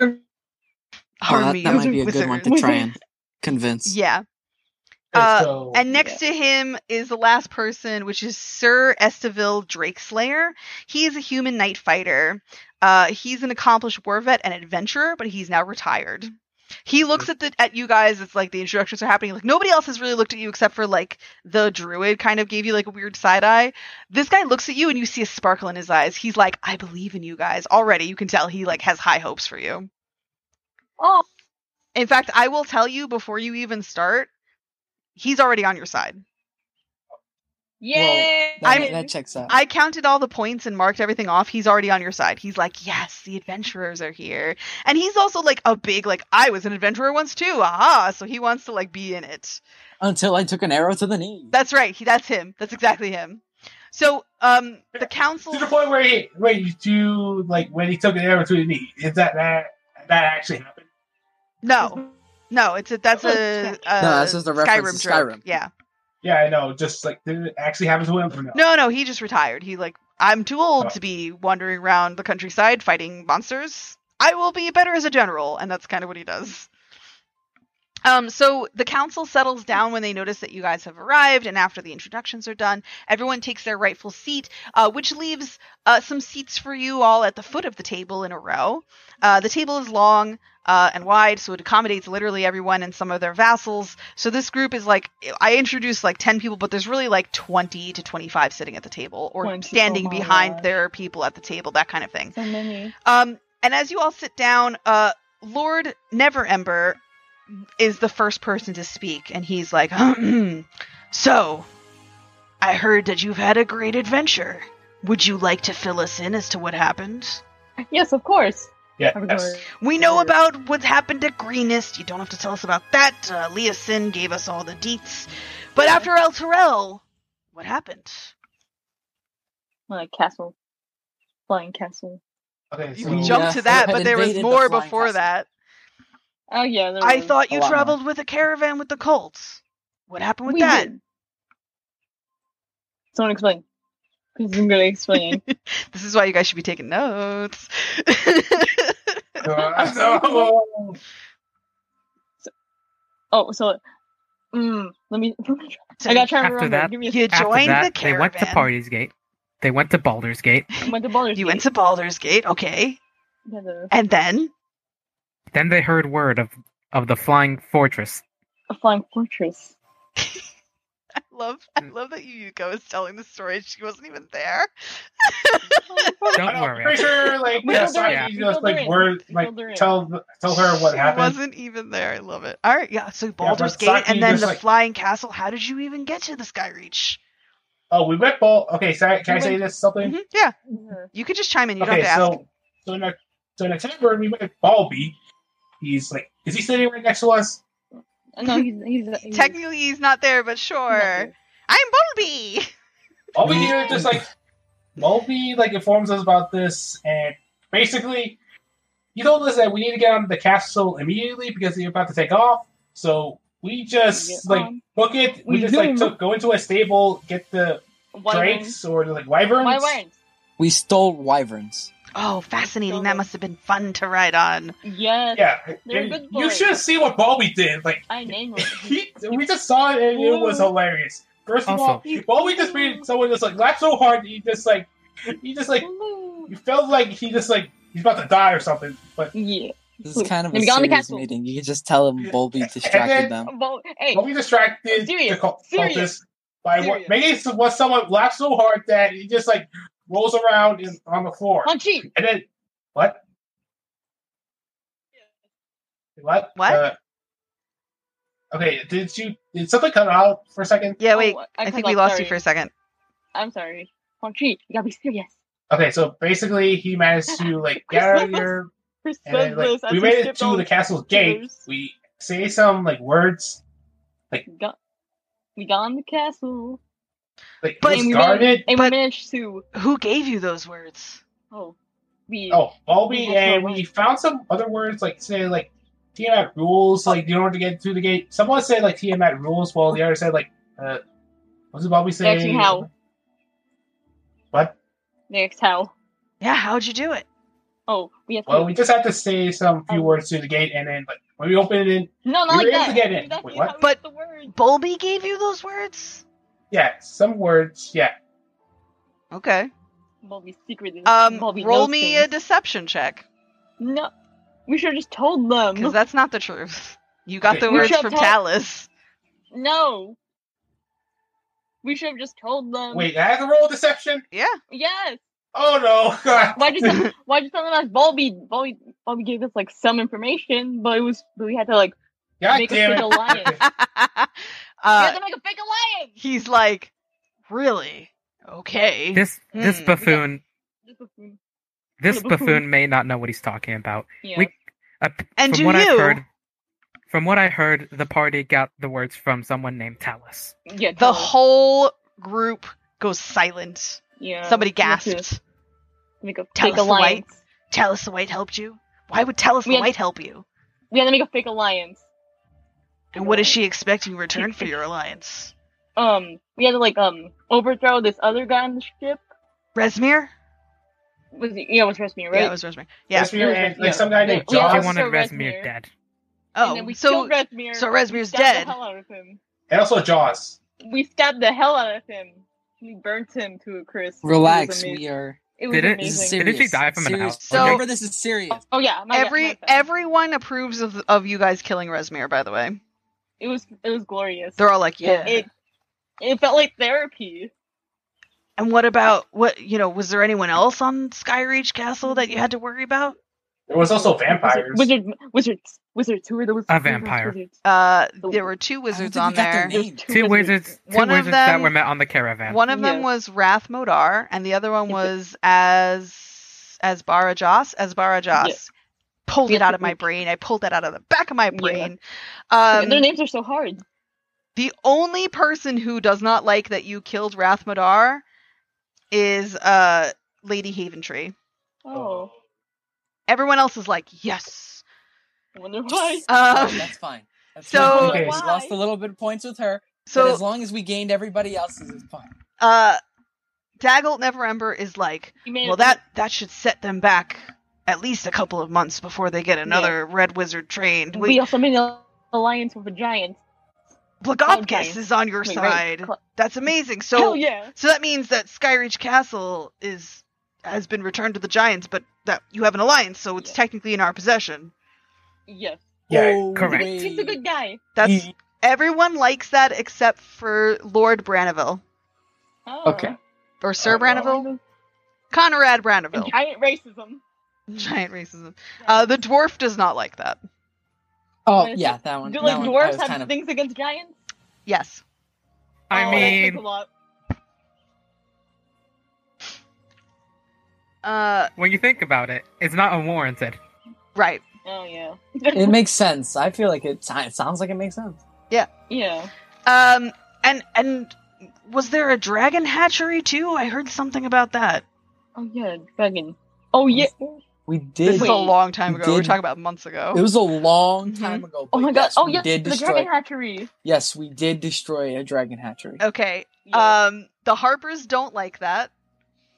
that,
army
that
of
might be a
wizards.
good one to try and convince.
Yeah.
Okay,
Uh,
so,
And next to him is the last person, which is Sir Esteville Drakeslayer. He is a human knight fighter. Uh, he's an accomplished war vet and adventurer, but he's now retired. He looks at the at you guys. It's like the introductions are happening. Like nobody else has really looked at you except for like the druid. Kind of gave you like a weird side eye. This guy looks at you and you see a sparkle in his eyes. He's like, I believe in you guys already. You can tell he like has high hopes for you.
Oh,
In fact, I will tell you before you even start, he's already on your side.
yay!
That,
I'm-
that checks out.
I counted all the points and marked everything off. He's already on your side. He's like, yes, the adventurers are here, and he's also like a big like I was an adventurer once too. Aha! So he wants to like be in it.
Until I took an arrow to the knee.
That's right. He, that's him. That's exactly him. So um, the council.
to the point where he, where you do like when he took an arrow to the knee. Is that that that actually happened?
No, no, it's a that's a, a
No, that's just a reference to
Skyrim joke.
Skyrim.
Yeah.
Yeah, I know. Just like did it actually happen to him or no?
No, no, he just retired. He like, I'm too
Oh.
old to be wandering around the countryside fighting monsters. I will be better as a general, and that's kind of what he does. Um, so the council settles down when they notice that you guys have arrived, and after the introductions are done, everyone takes their rightful seat, uh, which leaves uh, some seats for you all at the foot of the table in a row. Uh, the table is long uh, and wide, so it accommodates literally everyone and some of their vassals. So this group is like I introduced like ten people, but there's really like twenty to twenty-five sitting at the table or
20,
standing
oh my
behind
gosh.
their people at the table, that kind of thing.
So many.
Um, and as you all sit down, uh, Lord Never Ember is the first person to speak, and he's like, "Hmm, "So, I heard that you've had a great adventure. Would you like to fill us in as to what happened?
Yes, of course.
Yeah.
Of
yes.
course.
We know about what happened at Greenest. You don't have to tell us about that. Uh, Leah Sin gave us all the deets. But after El Terrell, what happened?
Uh, castle. Flying castle.
Okay.
You
So,
can
Yeah.
jump to that,
Had
but there was
invaded the
more
flying
before
castle.
that.
Oh, yeah. there
I
was.
thought you
lot more.
traveled with a caravan with the Colts. What happened with
We
that?
did. Someone explain. Because I'm going to explain.
This is why you guys should be taking notes.
Uh, so-
oh, so. Mm, let me. Let me try. I got to try and
After
remember.
that-
Give me a
you
After
joined
that,
the caravan.
They went to Party's Gate. They went to Baldur's Gate.
second. Went to Baldur's
You
Gate.
went to Baldur's Gate, okay.
Yeah, the
And then
Then they heard word of of the flying fortress.
a flying fortress.
I love I
Mm.
love that Yuko is telling the story. She wasn't even there.
Don't
I'm
worry.
pretty sure, like,
We
yeah,
filled her
sorry,
in.
you
We
just
filled her
like
in.
word,
We
like
filled her in.
tell tell her what
she
happened.
wasn't even there. I love it. All right, yeah. So Baldur's
but
Gate
Saki
and then
just,
the
like-
flying castle. How did you even get to the Skyreach?
Oh, we went both. Okay, sorry, can I say this something?
Mhm, Yeah,
Sure.
you could just chime in. You don't
Okay,
have to ask.
so so in, our, so in October we went Balby. He's like, is he sitting right next to us?
No, he's, he's, he's
Technically, he's not there, but sure. I'm Bumblebee.
All we hear is just like Balby like informs us about this, and basically he told us that we need to get on the castle immediately because they're about to take off. So we just
Get
like
on.
book it. We
um, We
just like
zoom.
took, go into a stable, get the
Um,
drakes or the, like wyverns.
Why weren't?
We stole wyverns.
Oh, fascinating! That
Bumblebee.
must have been fun to ride on.
Yes.
Yeah,
They're
and
good
you
boys.
should see what Balby did. Like
I name him.
he, we just saw it and it was
Whoa.
hilarious. First of
Also-
all, Balby just made someone just like laugh so hard that he just like he just like
Blue.
you felt like he just like he's about to die or something. But
Yeah.
This is kind of a
Let me go on the
serious
castle.
meeting. You can just tell them Bulby
then-
distracted them.
Well, hey,
Balby distracted
Serious.
the cult-
Serious.
cultists by what
Serious.
making some- what someone laugh so hard that he just like rolls around in, on the floor.
Punchy.
And then what? What?
What?
Uh, okay, did you did something cut out for a second?
Yeah,
Oh,
wait.
I
I,
cut
think we
off,
lost
sorry.
you for a second.
I'm sorry. Punchy. You gotta be serious.
Okay, so basically he managed to like get out of here
Chris
And then, like, we made it to the castle's gate.
pillars.
We say some like words,
Go- we got on the castle.
like
But-
but,
and we
guarded.
managed, and
but-
we managed to.
Who gave you those words?
Oh, we.
Oh, Bulby,
We had
and
no
we
words.
found some other words like say like Tiamat rules. Like you don't have to get through the gate. Someone said like Tiamat rules, while the other said like uh, what did Bulby say?
Actually, how?
What?
Next, how?
Yeah, how'd you do it?
Oh, we have to.
Well, we just have to say some few
Um,
words through the gate, and then like when we open it, in,
no,
we
not
were
like
able
that.
to get in.
That's
Wait,
not
what?
how we
But-
got the word.
Bulby gave you those words?
yeah, some words, yeah.
Okay.
Bobby secretly.
Um,
Bobby
roll
knows
me
things.
a deception check
No, we should have just told them.
because that's not the truth. You got
Okay.
the
You
words
shall
from
tell-
Talus.
No. We should have just told them.
Wait, I have to roll deception.
Yeah.
Yes.
Oh no! God.
Why'd you tell, why'd you tell them that's Bobby? Bobby Bobby gave us like some information, but it was but we had to like
God
make a
damn
fake
it!
alliance. we had
uh,
to make a fake alliance.
he's like, really? Okay.
This this
Hmm.
buffoon
Just a-
this
Yeah, buffoon.
buffoon may not know what he's talking about.
Yeah.
We- Uh, p-
And
from
do
what
you?
I've heard, from what I heard, the party got the words from someone named Talus.
yeah.
The
totally.
whole group goes silent.
yeah.
Somebody
we had to
gasped.
Make a
Tell
fake
us the white.
alliance.
Talus the White helped you? Why would Talus
We
the
had-
White help you?
We had to make a fake alliance.
And what is she expecting in return for your alliance?
Um, we had to like um overthrow this other guy on the ship.
Resmir?
Was he, yeah, it was Resmi, right?
Yeah, it was Resmir. Yeah.
Yes, we are, and, like
Yeah.
some guy named
Yeah.
He
Yeah.
John.
wanted
so
Resmir
Resmir.
dead.
and then
Oh,
we
so
killed Resmir.
so
We
Resmir's
stabbed
dead.
The hell out of him.
And also Jaws.
We stabbed the hell out of him. We burnt him to a crisp. It was
Relax,
amazing.
we are.
It was
Did it-
This is
amazing.
it-
serious.
Didn't she die from an
serious.
house?
So-
Remember, this is serious.
Oh yeah, my
Every
my bad.
everyone approves of of you guys killing Resmir. By the way,
It was it was glorious.
they're all like, "Yeah."
It it felt like therapy.
and what about what you know? Was there anyone else on Skyreach Castle that you had to worry about?
There was also vampires.
Wizard, wizards, wizards. Who were the wizards?
A vampire.
Wizards.
Uh,
The-
there were two wizards
think we
on
got their
there.
names.
There's
Two wizards, two
One of
wizards that
them-
were met on the caravan.
One of them
Yeah.
was Wrath Modar, and the other one
Is it-
was as as Barajas. As Barajas pulled it
Yeah.
out of my brain. I pulled that out of the back of my
Yeah.
brain.
And Their
Um,
names are so hard.
the only person who does not like that you killed Wrath Modar is uh Lady Haventree.
Oh,
Everyone else is like, yes.
I wonder why.
Um,
That's fine. That's
so-
fine.
Okay.
we lost a little bit of points with her, but as
so
long as we gained everybody else's, it's fine.
uh, Daggle Neverember is like,
You made it-
well, that that should set them back at least a couple of months before they get another Red Wizard trained.
We,
We,
also made an alliance with a giant.
Blagobgus
okay.
is on your
Wait, right.
side. That's amazing. So
Hell yeah!
So that means that Skyreach Castle is has been returned to the Giants, but that you have an alliance, so it's
Yeah.
technically in our possession.
Yes.
Yeah,
Oh,
correct.
wait.
He's a good guy.
That's
Ye-
everyone likes that except for Lord Branneville
Oh.
Okay.
or Sir
Oh, no.
Branneville, Conrad
And
Branneville.
giant racism.
Giant racism. Uh, the dwarf does not like that.
Oh
Wait,
yeah, that one.
Do
that
like
one I
dwarves
was
have
kind of
things against giants?
Yes.
Oh,
I
that explains
mean,
a lot.
Uh,
When you think about it, it's not unwarranted.
right.
Oh yeah.
It makes sense. I feel like it, it sounds like it makes sense.
Yeah.
Um, and and was there a dragon hatchery too? I heard something about that.
Oh yeah. Dragon. Oh yeah.
We
This
did.
was a long time
we
ago. We were
did-
talking about months ago.
It was a long time ago.
Oh
but
my god.
yes,
Oh
we
yes.
Did
The
destroy,
dragon Oh. hatchery.
Yes, we did destroy a dragon hatchery.
okay.
Yeah.
Um, the Harpers don't like that.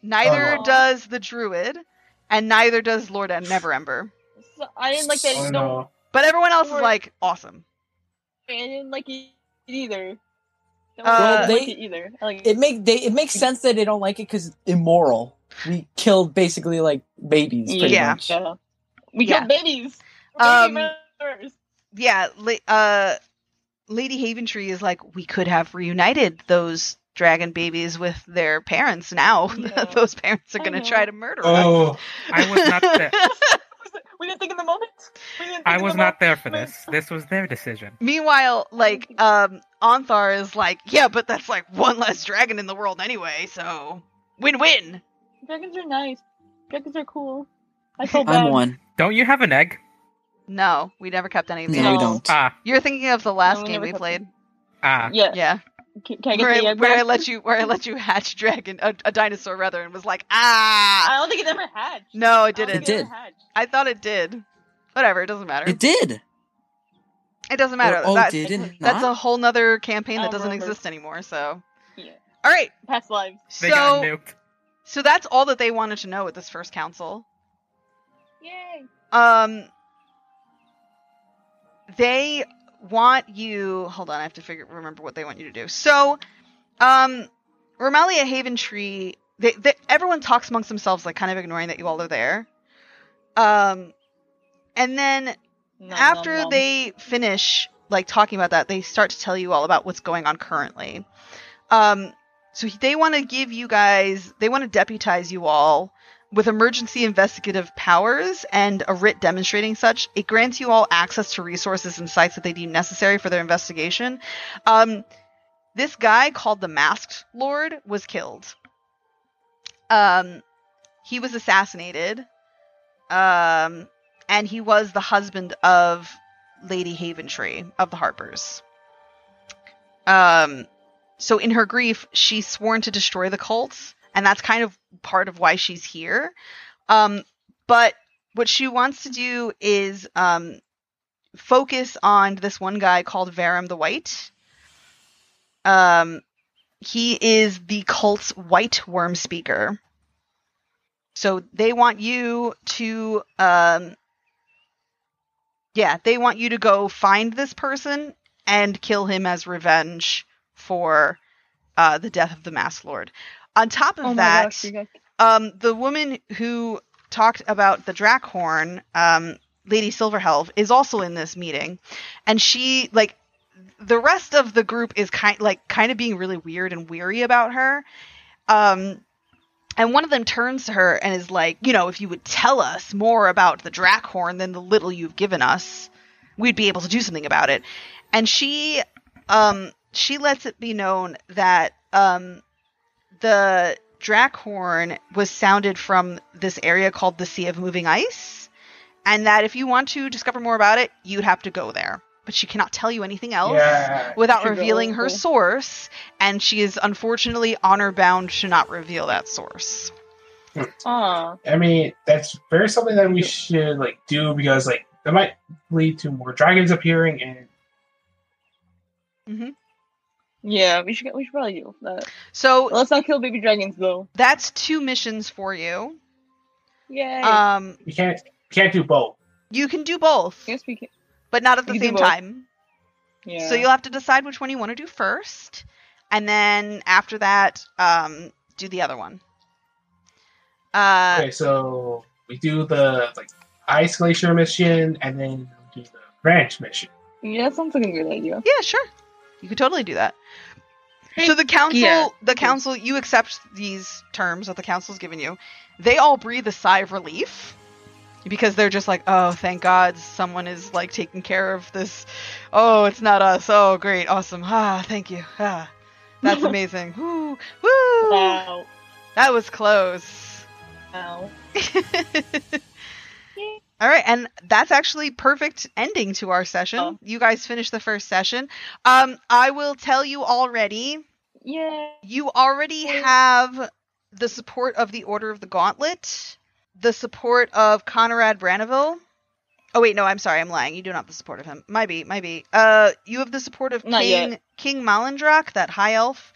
Neither
Oh.
does the Druid, and neither does Lord and Never Ember.
So I didn't like that.
Oh,
I
it-
don't
No,
know.
But everyone else is
Lord-
like awesome.
I didn't like it either. No,
Uh,
I didn't like
They-
it either. I like
It make they it makes sense that they don't like it because immoral. We killed basically like babies. Pretty
Yeah.
Much.
Yeah. We
Yeah.
got babies. We're
Um,
baby murderers.
Yeah. La- uh, Lady Haventree is like we could have reunited those dragon babies with their parents now
Yeah.
that those parents are
I
going to
know.
try to murder us.
Oh,
I was not there.
we didn't think in the moment. We didn't think
I
in
was
the
not
moment.
there for this. This was their decision.
Meanwhile, like um Anthar is like, yeah, but that's like one less dragon in the world anyway, so win-win.
Dragons are nice. Dragons are cool. I feel bad.
I'm one.
Don't you have an egg?
No, we never kept any of these.
No, we
No.
don't.
Ah,
You're thinking of the last
No, we
game
never
we
kept
played.
ah.
Yeah.
Yeah.
Can, can I get
Where,
the
I,
egg
where I
back?
let you where I let you hatch dragon a, a dinosaur rather and was like, ah
I don't think it ever hatched.
No,
I
it
don't
didn't.
think
It
ever
did.
hatched.
I thought it did. Whatever, it doesn't matter.
It did.
It doesn't matter.
Oh,
That-
did it
that's
not?
a whole nother campaign
I
that
don't
doesn't
remember.
exist anymore, so
Yeah.
all right.
Past lives.
They
so
got nuked.
so that's all that they wanted to know at this first council.
Yay.
Um, they want you. Hold on, I have to figure remember what they want you to do. So, um, Romalia Haven Tree. They, they, everyone talks amongst themselves, like kind of ignoring that you all are there. Um, and then
Nom,
after
nom, nom.
they finish like talking about that, they start to tell you all about what's going on currently. Um, so he- they want to give you guys, they want to deputize you all with emergency investigative powers and a writ demonstrating such. It grants you all access to resources and sites that they deem necessary for their investigation. Um, this guy called the Masked Lord was killed. Um, he was assassinated. Um, and he was the husband of Lady Haventree of the Harpers. Um, so in her grief, she's sworn to destroy the cults, and that's kind of part of why she's here. Um, but what she wants to do is um, focus on this one guy called Varum the White. Um, he is the cult's white worm speaker. So they want you to um, yeah, they want you to go find this person and kill him as revenge for uh, the death of the Mass Lord. On top of
Oh my
that,
gosh, you guys.
um, the woman who talked about the Drakhorn, um, Lady Silverhelve, is also in this meeting, and she like the rest of the group is kind like kind of being really weird and weary about her. Um, and one of them turns to her and is like, you know, if you would tell us more about the Drakhorn than the little you've given us, we'd be able to do something about it. And she, um, she lets it be known that um, the Drakhorn was sounded from this area called the Sea of Moving Ice, and that if you want to discover more about it, you'd have to go there. But she cannot tell you anything else
yeah.
without
should go
revealing her
over.
source, and she is unfortunately honor bound to not reveal that source.
Aw.
I mean, that's very something that we should like do because like that might lead to more dragons appearing and
Yeah, we should get, we should probably do that.
So
Let's not kill baby dragons though.
that's two missions for you.
Yay.
Um,
we can't can't do both.
you can do both,
I guess we can.
but not at the
we can do
same
both.
time.
Yeah.
So you'll have to decide which one you want to do first, and then after that, um, do the other one. Uh,
Okay, so we do the like ice glacier mission and then we do the branch mission.
Yeah, that sounds like a good idea.
Yeah, sure. You could totally do that. So the council,
Yeah.
the council, you accept these terms that the council's given you. They all breathe a sigh of relief because they're just like, "Oh, thank God, someone is like taking care of this. Oh, it's not us. Oh, great, awesome. Ah, thank you. Ah, that's amazing. Woo, woo.
Wow.
That was close.
now.
All right, and that's actually perfect ending to our session.
Oh.
You guys finished the first session. Um, I will tell you already
Yeah.
you already have the support of the Order of the Gauntlet, the support of Conrad Branneville. Oh wait, no, I'm sorry, I'm lying. You do not have the support of him. Might be, might be. Uh, you have the support of
Not
King King Malandrock, that high elf,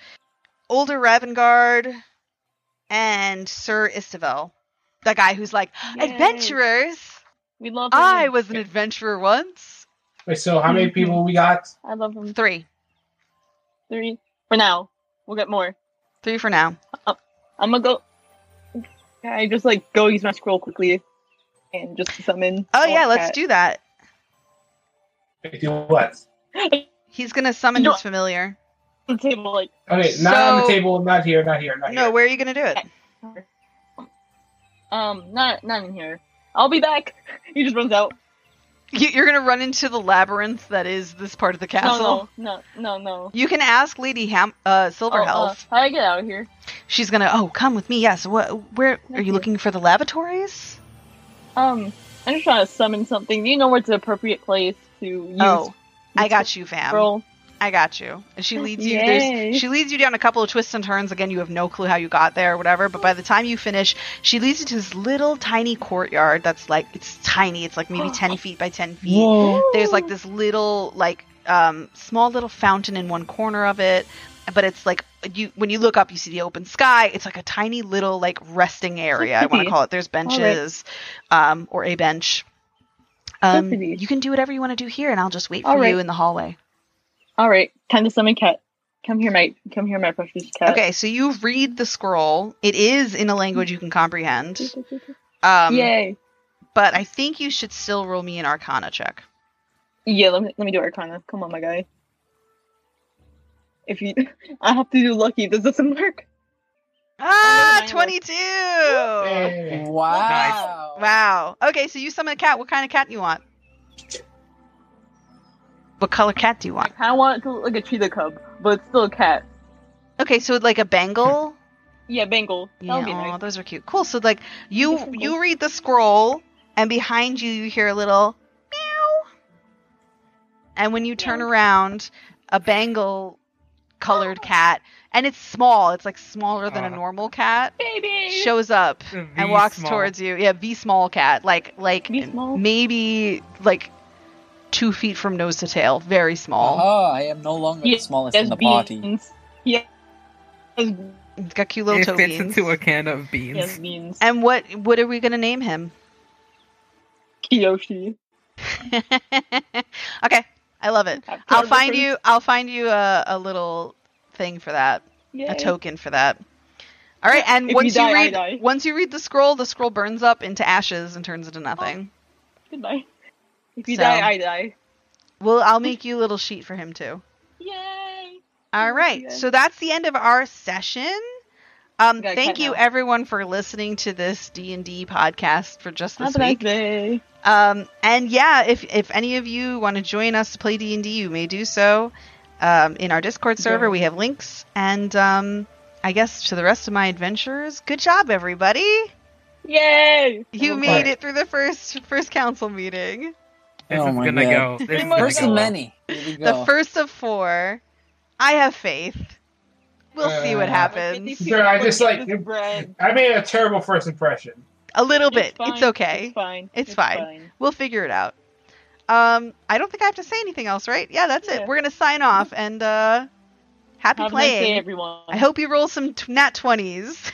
older Ravengard, and Sir Istivel, the guy who's like adventurers.
We love him.
I was an adventurer once.
Wait, so how many
Mhm.
people we got?
I love him.
Three,
Three. For now. We'll get more.
three for now.
I'm gonna go. I just like go use my scroll quickly and just summon.
Oh yeah, let's do that.
Wait, Do what?
do
He's gonna summon
No.
his familiar.
the table like
Okay, not on the
So-
table, not here, not here, not
No,
here.
where are you gonna do it?
um not not in here. I'll be back. He just runs out.
You- You're gonna run into the labyrinth that is this part of the castle.
No no no no no.
You can ask Lady Ham- uh,
Oh, uh,
Silverhealth.
how do I get out of here?
She's gonna. Oh, come with me. Yes. What? Where are
Okay.
you looking for the lavatories?
Um, I'm just trying to summon something. Do you know where's the appropriate place to use?
oh, I got you, fam.
Scroll.
I got you. And she leads you.
Yay.
There's, she leads you down a couple of twists and turns. Again, you have no clue how you got there or whatever. But by the time you finish, she leads you to this little tiny courtyard that's like it's tiny. It's like maybe ten feet by ten feet.
Whoa.
there's
Oh.
like this little like um, small little fountain in one corner of it but it's like you when you look up you see the open sky it's like a tiny little like resting area i want to
pretty.
call it there's benches um, or a bench um,
pretty.
you can do whatever you want to do here and i'll just wait for
All
you
right.
in the hallway
All right, time to summon cat. Come here, my come here, my precious cat.
okay so you read the scroll it is in a language you can comprehend um,
Yay!
but i think you should still roll me an arcana check
Yeah, let me let me do Arcana. Come on, my guy. If you, I have to do lucky. This doesn't work.
ah
mine was-
22
Hey.
Wow.
Wow. Okay, so you summon a cat. What kind of cat do you want? What color cat do you
I
want?
kind of want it to look like a cheetah cub, but it's still a cat.
Okay, so like a Bengal.
Yeah, Bengal. That
Yeah,
would be
aw,
nice.
those are cute. Cool. So like you
Different
you
goals.
read the scroll, and behind you you hear a little meow, and when you turn
Meow. Oh.
around, a Bengal colored cat, and it's small. It's like smaller than a
Aw.
normal cat.
Baby.
Shows up and walks towards you. Yeah, V small cat, like like
Be small.
maybe like two feet from nose to tail, very small.
Uh-huh.
Oh, I am no longer
Yeah,
the smallest in
There's
the party.
beans. Yeah. There's
It's got cute little
It
toe
fits
beans.
into a can of beans.
yes, beans.
And what what are we gonna name him?
Kiyoshi.
okay, I love it.
I've
I'll
got a
find you.
difference.
I'll find you a, a little thing for that, a
Yay.
token for that. All right, and
If you
once you,
die, I die.
read once you read the scroll, the scroll burns up into ashes and turns into nothing.
Oh. Goodbye. If you
So-
die, I die.
Well, I'll make you a little sheet for him too.
Yay!
All
Thank
right.
you.
So that's the end of our session. Um,
Gotta
thank
cut
you
now.
everyone for listening to this D and D podcast for just this
Have a nice
week.
day.
Um, and yeah, if if any of you want to join us to play D and D, you may do so um, in our Discord server.
Yeah.
We have links, and um, I guess to the rest of my adventures. Good job, everybody!
Yay!
You
Oh,
made it through the first first council meeting,
This
Oh
is
my
gonna
God.
go. This is
Pretty
gonna
much
First
go
of
well.
many. Here we go.
the first of four. I have faith. We'll see what
Uh,
happens.
Sure, I just like-
This bread.
I made a terrible first impression.
A little bit. It's,
fine,
okay.
It's fine.
It's fine. We'll figure it out. Um, I don't think I have to say anything else, right? Yeah, that's
Yeah.
it. We're gonna sign off and uh, happy
Have a nice
playing.
day, everyone.
I hope you roll some t- nat 20s.